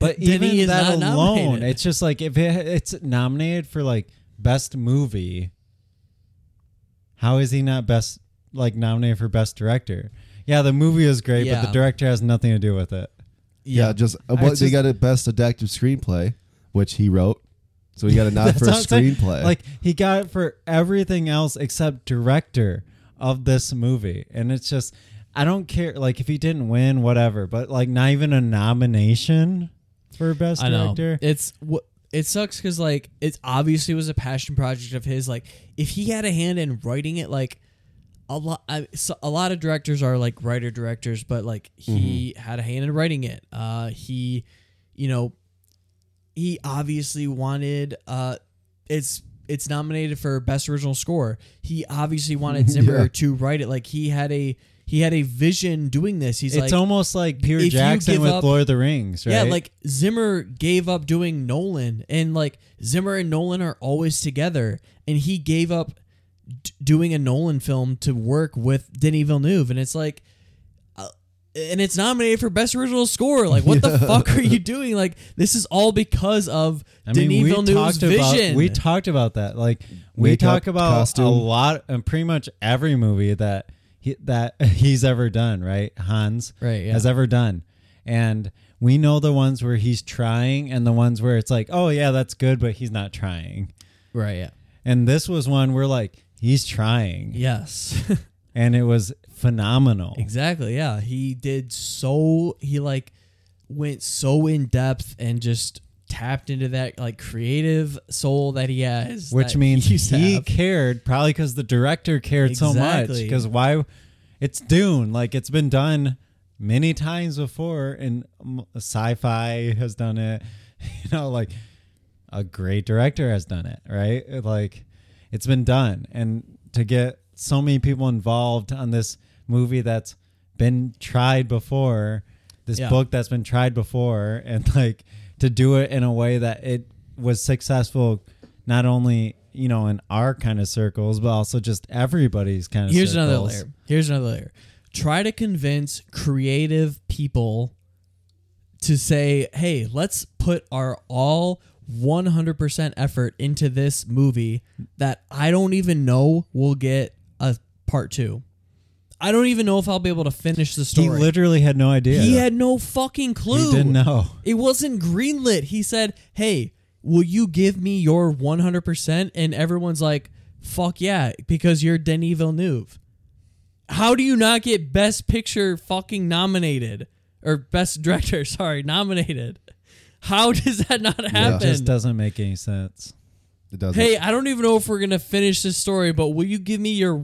S2: but
S1: Denny
S2: even
S1: is
S2: that
S1: not
S2: alone,
S1: nominated.
S2: it's just like if it, it's nominated for like best movie, how is he not best like nominated for best director? Yeah, the movie is great, but
S1: Yeah.
S2: the director has nothing to do with it.
S3: Yeah, just uh, what they
S2: just-
S3: got a best adaptive screenplay, which he wrote. So he got a nod
S2: That's
S3: for a
S2: what I'm saying.
S3: screenplay.
S2: Like he got it for everything else except director of this movie, and it's just I don't care. Like if he didn't win, whatever, but like not even a nomination for best
S1: I know
S2: director.
S1: it's what it sucks because like it obviously was a passion project of his. Like if he had a hand in writing it, like a lot, I, so, a lot of directors are like writer directors, but like he had a hand in writing it. Uh, he, you know, he obviously wanted. Uh, it's it's nominated for best original score. He obviously wanted Zimmer
S3: Yeah.
S1: to write it. Like he had a he had a vision doing this. He's
S2: It's
S1: like
S2: almost like
S1: if
S2: Peter
S1: you
S2: Jackson
S1: give
S2: with
S1: up-
S2: Lord of the Rings, right?
S1: yeah, like Zimmer gave up doing Nolan, and like Zimmer and Nolan are always together, and he gave up d- doing a Nolan film to work with Denis Villeneuve, and it's like, uh, and it's nominated for best original score. Like, what the fuck are you doing? Like, this is all because of
S2: I
S1: Denis
S2: mean, we
S1: Villeneuve's
S2: talked about
S1: vision.
S2: we talked about that. Like we
S3: Makeup,
S2: talk about a
S3: costume.
S2: lot and pretty much every movie that he, that he's ever done, right? Hans
S1: Right, yeah.
S2: has ever done. And we know the ones where he's trying and the ones where it's like, "Oh yeah, that's good, but he's not trying."
S1: right? Yeah.
S2: And this was one where like he's trying
S1: Yes.
S2: and it was phenomenal.
S1: Exactly. Yeah, he did so. He like went so in depth and just tapped into that like creative soul that he has,
S2: which
S1: that
S2: means
S1: he, used to
S2: he
S1: have.
S2: cared probably because the director cared so much
S1: Exactly.
S2: because why it's dune like it's been done many times before and um, sci-fi has done it you know like a great director has done it right It, like it's been done and to get so many people involved on this movie that's been tried before this
S1: Yeah.
S2: book that's been tried before and like to do it in a way that it was successful not only you know in our kind of circles but also just everybody's kind of
S1: Here's
S2: circles.
S1: another layer. Here's another layer. Try to convince creative people to say, "Hey, let's put our all 100% effort into this movie that I don't even know will get a part 2." I don't even know if I'll be able to finish the story.
S2: he literally had no idea
S1: He had no fucking clue.
S2: He didn't know
S1: It wasn't greenlit. He said, "Hey, will you give me your 100%?" And everyone's like, "Fuck yeah, because you're Denis Villeneuve." How do you not get best picture fucking nominated or best director, sorry, nominated? How does that not
S2: it
S1: happen?
S2: just doesn't make any sense
S3: it doesn't.
S1: hey, I don't even know if we're going to finish this story, but will you give me your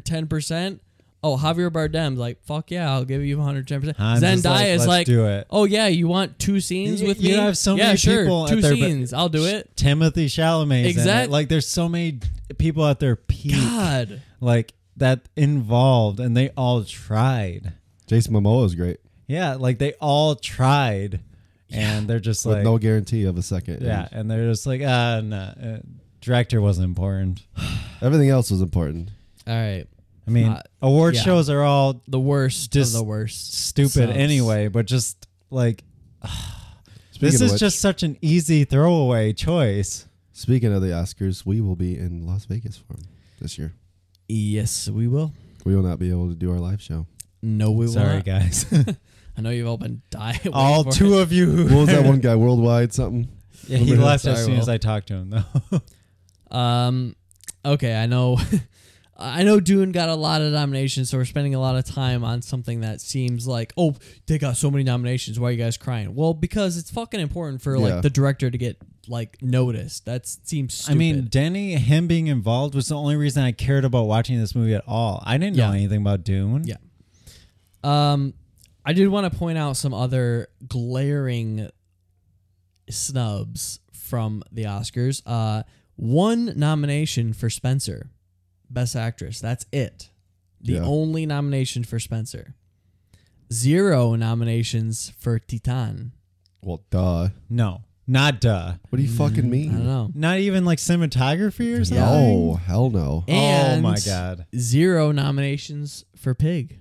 S1: 110%? Oh, Javier Bardem's like, fuck yeah, I'll give you 110%.
S2: I'm just like,
S1: Zendaya is
S2: "Let's
S1: like,
S2: do it."
S1: oh yeah, you want two scenes
S2: You-
S1: with
S2: you
S1: me?
S2: have so
S1: yeah,
S2: many
S1: sure,
S2: people
S1: two
S2: at their-
S1: scenes, I'll do it.
S2: Timothy Chalamet
S1: Exact-
S2: like there's so many people at their peak
S1: God.
S2: like that involved and they all tried
S3: Jason Momoa is great
S2: yeah like they all tried and they're just
S3: with
S2: like
S3: no guarantee of a second.
S2: yeah and they're just like ah no uh, director wasn't important
S3: everything else was important.
S1: All right.
S2: i mean
S1: Uh,
S2: award
S1: yeah.
S2: shows are all
S1: The worst
S2: Just
S1: of the worst.
S2: stupid
S1: Sucks.
S2: anyway but just like
S3: Speaking
S2: this
S3: of
S2: is
S3: which,
S2: just such an easy throwaway choice
S3: speaking of the Oscars, we will be in Las Vegas for 'em this year.
S1: Yes, we will.
S3: We will not be able to do our live show.
S1: No, we will
S2: sorry
S1: not.
S2: guys
S1: I know you've all been dying.
S2: all two of you who
S3: What was that one guy worldwide something?
S2: Yeah, he
S3: Remember-
S2: left as
S1: Sorry,
S2: soon as
S1: Will.
S2: I talked to him, though.
S1: Um, okay, I know, I know. Dune got a lot of nominations, so we're spending a lot of time on something that seems like, oh, they got so many nominations. Why are you guys crying? Well, because it's fucking important for
S3: Yeah.
S1: like the director to get like noticed. That seems.
S2: I
S1: Stupid.
S2: mean, Denny, him being involved was the only reason I cared about watching this movie at all. I didn't know
S1: Yeah.
S2: anything about Dune.
S1: Yeah. Um, I did want to point out some other glaring snubs from the Oscars. Uh, one nomination for Spencer, Best Actress. That's it. The
S3: Yeah.
S1: only nomination for Spencer. Zero nominations for Titan.
S3: Well, duh.
S2: No, not duh.
S3: What do you fucking
S1: Mm, I don't
S3: mean?
S1: know.
S2: Not even like cinematography or something.
S3: No, hell no.
S1: And
S2: oh my god.
S1: Zero nominations for Pig.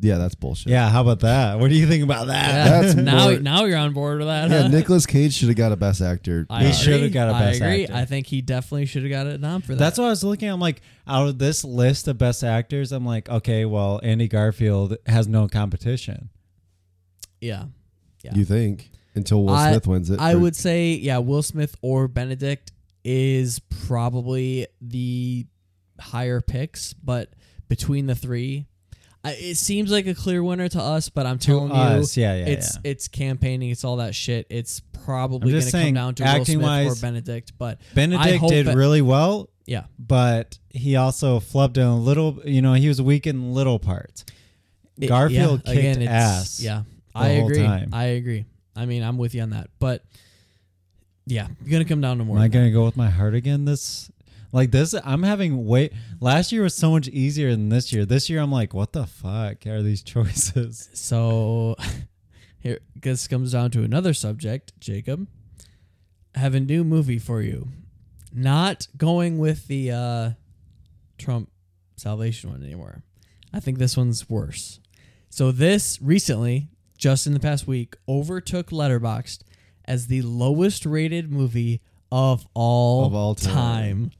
S3: Yeah, that's bullshit.
S2: Yeah, how about that? What do you think about that?
S3: That's
S1: now,
S3: more-
S1: now you're on board with that.
S3: Yeah,
S1: huh?
S3: Nicolas Cage should have got a Best Actor.
S1: I
S2: He
S1: agree.
S2: should've got a Best
S1: I agree.
S2: Actor.
S1: I think he definitely should have got a nom for that.
S2: That's what I was looking. at. I'm like, out of this list of best actors, I'm like, okay, well, Andy Garfield has no competition.
S1: yeah. Yeah.
S3: You think until Will
S1: I-
S3: Smith wins it?
S1: I
S3: for-
S1: would say, yeah, Will Smith or Benedict is probably the higher picks, but between the three, I, it seems like a clear winner to us. But I'm telling
S2: us,
S1: you,
S2: yeah, yeah,
S1: it's
S2: yeah.
S1: it's campaigning, it's all that shit. It's probably
S2: I'm
S1: going
S2: just
S1: to come
S2: saying,
S1: down to Will Smith
S2: acting-wise,
S1: or Benedict. But I
S2: Benedict
S1: hope
S2: did
S1: that-
S2: really well,
S1: yeah,
S2: but he also flubbed in a little. You know, he was weak in little parts.
S1: It-
S2: Garfield
S1: yeah,
S2: kicked
S1: again, it's-
S2: ass.
S1: Yeah,
S2: the
S1: I
S2: whole
S1: agree.
S2: time.
S1: I agree. I mean, I'm with you on that, but. Yeah, gonna come down to more.
S2: Am I
S1: than that.
S2: gonna go with my heart again? This, like this, I'm having way. Last year was so much easier than this year. This year, I'm like, what the fuck are these choices?
S1: So here this comes down to another subject, Jacob. I have a new movie for you. Not going with the uh, Trump Salvation one anymore. I think this one's worse. So this recently, just in the past week, overtook Letterboxd as the lowest rated movie of all,
S3: Of all time.
S1: time.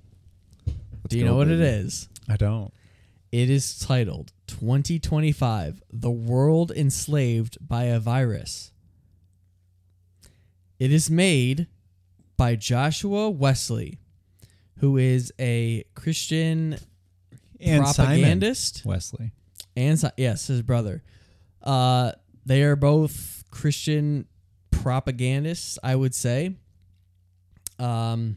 S1: Do you
S3: go,
S1: know what
S3: baby.
S1: it is?
S2: I don't.
S1: It is titled 2025 The World Enslaved by a Virus. It is made by Joshua Wesley, who is a Christian
S2: And
S1: propagandist.
S2: Simon Wesley.
S1: And si- yes, his brother. Uh, they are both Christian propagandists, I would say. Um,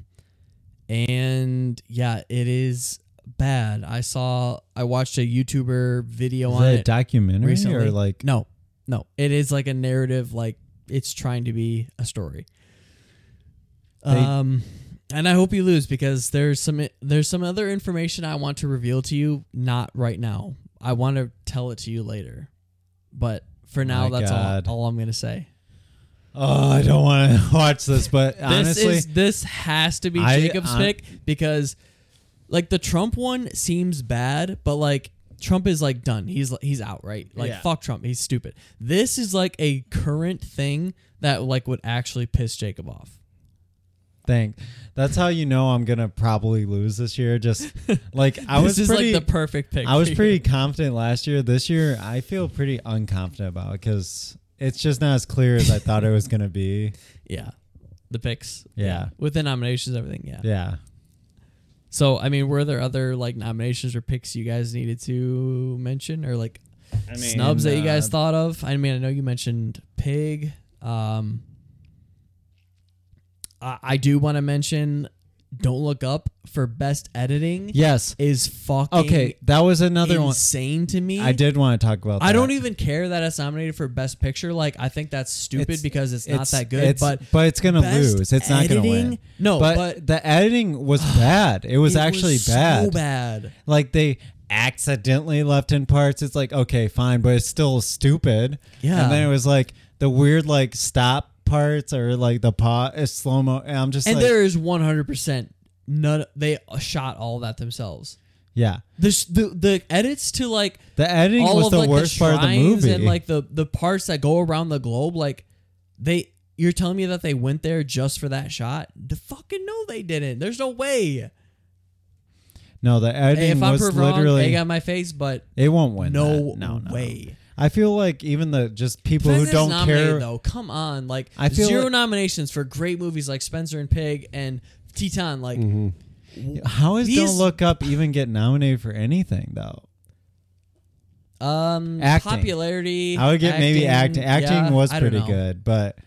S1: and yeah, it is bad. I saw, I watched a YouTuber video
S2: Is
S1: on
S2: that a
S1: it
S2: documentary
S1: recently.
S2: or like?
S1: no, no, it is like a narrative. Like it's trying to be a story. um, and I hope you lose because there's some there's some other information I want to reveal to you. Not right now. I want to tell it to you later, but for now,
S2: my
S1: that's
S2: God.
S1: all all I'm gonna say.
S2: Oh, I don't want to watch this, but
S1: This
S2: honestly,
S1: is this has to be
S2: I-
S1: Jacob's
S2: I-
S1: pick because like the Trump one seems bad, but like Trump is like done. He's he's out, right? Like
S2: Yeah.
S1: fuck Trump, he's stupid. This is like a current thing that like would actually piss Jacob off.
S2: thank. That's how you know I'm gonna probably lose this year. Just like I
S1: this
S2: was
S1: is
S2: pretty.
S1: like the perfect pick.
S2: I was
S1: for you.
S2: pretty confident last year. This year, I feel pretty unconfident about because it's just not as clear as I thought it was gonna be.
S1: yeah. The picks.
S2: Yeah.
S1: With the nominations, everything, yeah.
S2: Yeah.
S1: So I mean, were there other like nominations or picks you guys needed to mention or like snubs that you guys thought of? I mean, I know you mentioned Pig. Um, I, I do want to mention Don't Look Up for best editing.
S2: Yes.
S1: is fucking
S2: Okay, that was another
S1: insane to me.
S2: one. I did want to talk about.
S1: I
S2: that.
S1: don't even care that it's nominated for best picture. Like I think that's stupid
S2: It's-
S1: because it's, not
S2: it's-
S1: that good.
S2: it's-
S1: but
S2: it's gonna
S1: best
S2: lose. It's not gonna win.
S1: editing? No,
S2: but
S1: but-
S2: the editing was bad. It was
S1: it
S2: actually
S1: was So bad.
S2: like they accidentally left in parts it's like okay fine but it's still stupid
S1: Yeah.
S2: and then it was like the weird like stop parts or like the pot is slow mo and i'm just
S1: and
S2: like
S1: there is 100% none they shot all that themselves
S2: yeah
S1: the sh- the, the edits to like
S2: the editing
S1: all
S2: was
S1: of
S2: the
S1: like
S2: worst
S1: the
S2: part
S1: shrines
S2: of the movie
S1: and like the the parts that go around the globe like they you're telling me that they went there just for that shot the fucking no they didn't there's no way
S2: no the
S1: hey,
S2: editing
S1: if i'm
S2: was
S1: proved wrong they
S2: literally
S1: got my face but
S2: it won't win
S1: no,
S2: that. no no
S1: way
S2: i feel like even the just people
S1: Depends if
S2: who
S1: it's
S2: don't
S1: nominated,
S2: care
S1: though come on like
S2: I feel
S1: zero
S2: like-
S1: nominations for great movies like spencer and pig and teton like
S2: Mm-hmm. how is
S1: These-
S2: don't look up even get nominated for anything though
S1: Um,
S2: Acting.
S1: popularity.
S2: I would get maybe acting. Acting
S1: yeah,
S2: was
S1: I don't
S2: pretty
S1: know.
S2: good, but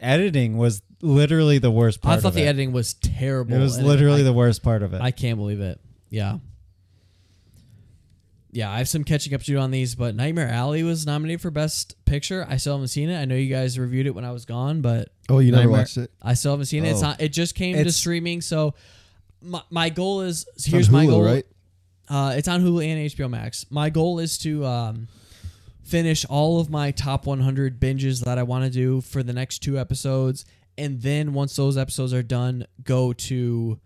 S2: editing was literally the worst
S1: I
S2: part.
S1: thought
S2: of
S1: the
S2: it.
S1: editing was terrible.
S2: It was
S1: and
S2: literally
S1: I,
S2: the worst part of it.
S1: I can't believe it. Yeah. yeah, I have some catching up to do on these, but Nightmare Alley was nominated for Best Picture. I still haven't seen it. I know you guys reviewed it when I was gone, but
S3: Oh, you never
S1: Nightmare-
S3: watched it?
S1: I still haven't seen it. It's
S3: Oh.
S1: not. It just came to
S2: It's-
S1: streaming, so my, my goal is
S3: It's
S1: here's
S3: on
S1: my
S3: Hulu,
S1: goal.
S3: right?
S1: Uh, it's on Hulu and HBO Max. My goal is to um, finish all of my top 100 binges that I want to do for the next two episodes, and then once those episodes are done, go to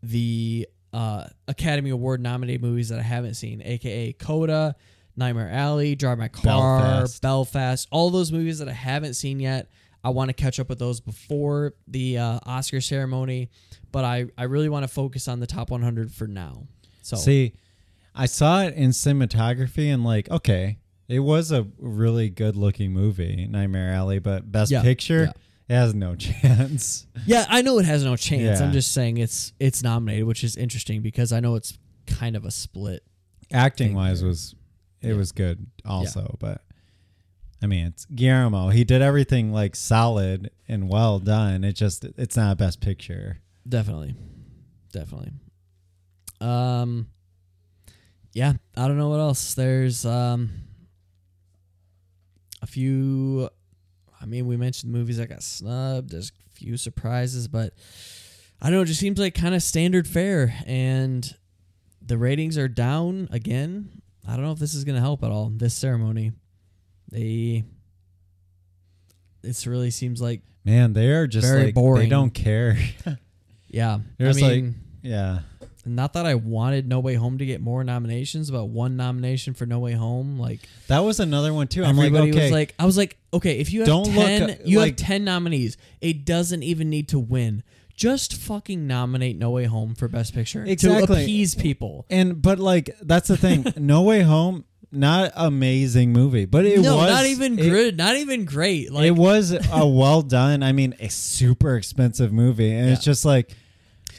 S1: the uh, Academy Award nominated movies that I haven't seen, aka Coda, Nightmare Alley, Drive My Car,
S2: Belfast.
S1: Belfast, all those movies that I haven't seen yet. I want to catch up with those before the uh, Oscar ceremony, but I, I really want to focus on the top 100 for now. So
S2: See, I saw it in cinematography and like, okay, it was a really good looking movie, Nightmare Alley, but Best
S1: Yeah,
S2: Picture, it has no chance.
S1: Yeah, I know it has no chance.
S2: Yeah.
S1: I'm just saying it's it's nominated, which is interesting because I know it's kind of a split.
S2: Acting wise was it was good also, but I mean it's Guillermo. He did everything like solid and well done. It just it's not a best picture.
S1: Definitely. Definitely. Um Yeah, I don't know what else. There's um a few I mean, we mentioned movies that got snubbed. There's a few surprises, but I don't know, it just seems like kind of standard fare and the ratings are down again. I don't know if this is going to help at all this ceremony. They it's really seems like
S2: Man, they are just
S1: Very
S2: like
S1: boring.
S2: they don't care.
S1: yeah.
S2: They're just
S1: I mean,
S2: like yeah.
S1: Not that I wanted No Way Home to get more nominations, but one nomination for No Way Home, like
S2: That was another one too. I'm like
S1: everybody
S2: okay.
S1: was like, I was like, okay, if you have
S2: Don't look,
S1: ten,
S2: uh,
S1: you
S2: like-
S1: have ten nominees. It doesn't even need to win. Just fucking nominate No Way Home for Best Picture to
S2: Exactly.
S1: appease people.
S2: and but like that's the thing. no Way Home, not amazing movie, but it
S1: no,
S2: was
S1: not even
S2: it-
S1: good. Not even great. Like
S2: it was a well done. I mean, a super expensive movie, and it's just like,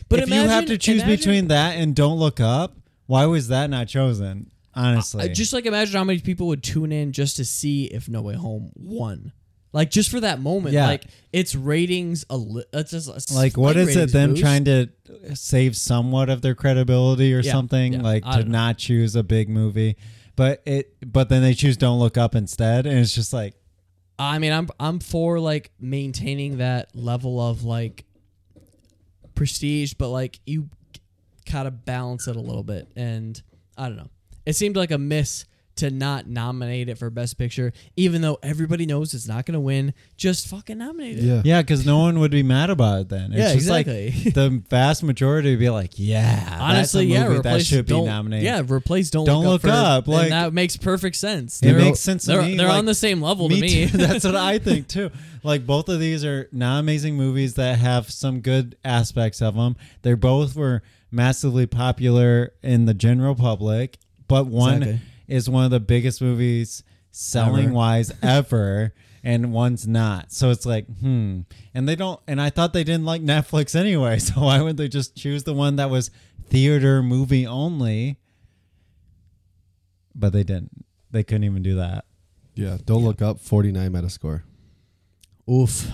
S1: But
S2: if you have
S1: imagine-
S2: to choose
S1: imagine-
S2: between that and Don't Look Up, why was that not chosen? Honestly,
S1: Uh, just like imagine how many people would tune in just to see if No Way Home won. Like just for that moment,
S2: Yeah.
S1: like it's ratings. A li- it's just a
S2: like what
S1: slight
S2: is it?
S1: ratings
S2: Them
S1: boost.
S2: trying to save somewhat of their credibility or
S1: Yeah,
S2: something,
S1: yeah,
S2: like
S1: I
S2: to
S1: don't know.
S2: not choose a big movie, but it, but then they choose Don't Look Up instead, and it's just like,
S1: I mean, I'm I'm for like maintaining that level of like prestige, but like you gotta balance it a little bit. And I don't know. It seemed like a miss to not nominate it for Best Picture, even though everybody knows it's not gonna win. Just fucking nominate it.
S3: Yeah.
S2: yeah, because no one would be mad about it then. It's
S1: Yeah,
S2: just
S1: exactly.
S2: like the vast majority would be like, yeah,
S1: Honestly,
S2: that's a
S1: yeah,
S2: movie
S1: replace
S2: that should be
S1: don't,
S2: nominated.
S1: Yeah, replace don't,
S2: Don't
S1: look,
S2: Look Up,
S1: for- and
S2: like-
S1: that makes perfect sense.
S2: It
S1: They're-
S2: makes sense to
S1: they're,
S2: me,
S1: They're
S2: like,
S1: on the same level to me.
S2: too. That's what I think too. Like both of these are not amazing movies that have some good aspects of them. They both were massively popular in the general public, but one
S1: Exactly.
S2: is one of the biggest movies selling wise ever. And one's not, so it's like, hmm. And they don't. And I thought they didn't like Netflix anyway, so why would they just choose the one that was theater movie only? But they didn't. They couldn't even do that.
S3: Yeah. Don't look up 49 Metascore.
S1: Oof.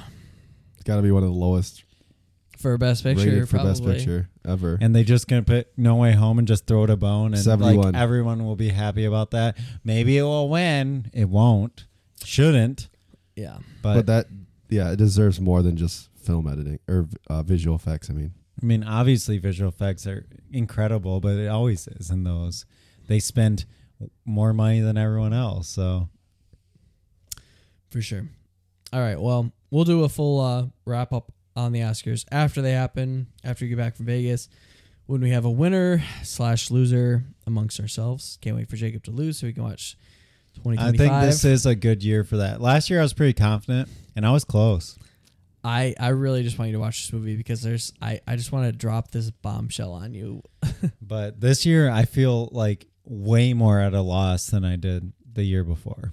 S3: It's got to be one of the lowest
S1: For best picture,
S3: rated for
S1: probably.
S3: best picture ever.
S2: and they just gonna put No Way Home and just throw it a bone, and
S3: 71.
S2: like everyone will be happy about that. Maybe it will win. It won't. Shouldn't.
S1: Yeah.
S2: But,
S3: but that, yeah, it deserves more than just film editing or uh, visual effects. I mean,
S2: I mean, obviously, visual effects are incredible, but it always is in those. They spend more money than everyone else, so
S1: For sure. All right. Well, we'll do a full uh, wrap up on the Oscars after they happen, after we get back from Vegas, when we have a winner slash loser amongst ourselves. Can't wait for Jacob to lose so we can watch
S2: I
S1: 2025.
S2: think this is a good year for that. Last year, I was pretty confident, and I was close.
S1: I, I really just want you to watch this movie because there's I, I just want to drop this bombshell on you.
S2: But this year, I feel like way more at a loss than I did the year before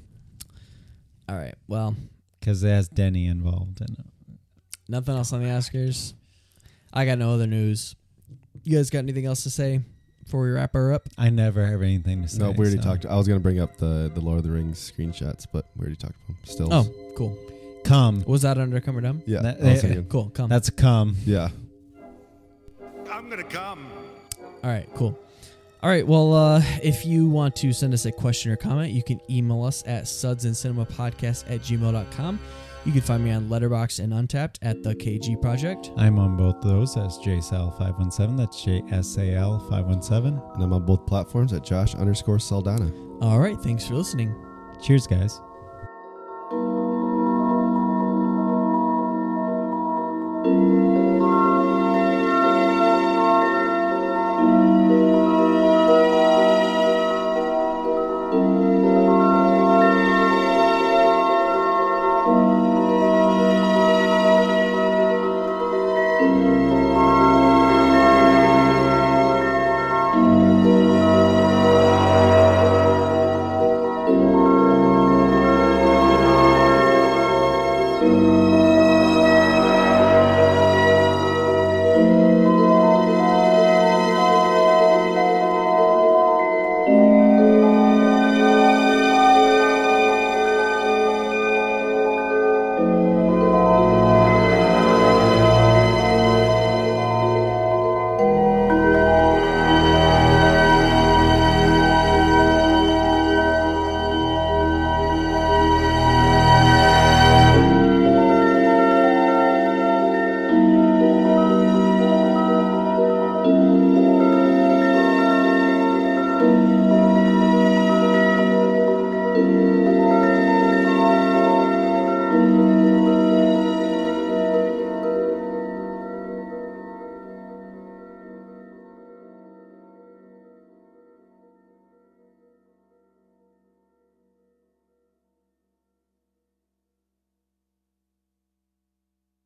S1: All right. Well,
S2: because it has Denny involved in it.
S1: nothing else on the Oscars. I got no other news. You guys got anything else to say before we wrap her up?
S2: I never have anything to say.
S3: no, we
S1: uh,
S3: already
S2: so.
S3: talked. I was going to bring up the, the Lord of the Rings screenshots, but we already talked about them. Still.
S1: Oh, cool.
S2: Come.
S1: Was that eh, Undercover Dumb?
S3: Yeah.
S2: That-
S3: also
S2: yeah.
S3: good.
S1: Cool. Come.
S2: That's come.
S3: Yeah.
S1: All right, cool. All right. Well, uh, if you want to send us a question or comment, you can email us at sudsandcinemapodcast at gmail.com. You can find me on Letterbox and Untapped at The KG Project.
S2: I'm on both those. That's JSAL517. That's JSAL517.
S3: And I'm on both platforms at Josh underscore Saldana.
S1: All right. Thanks for listening.
S2: Cheers, guys.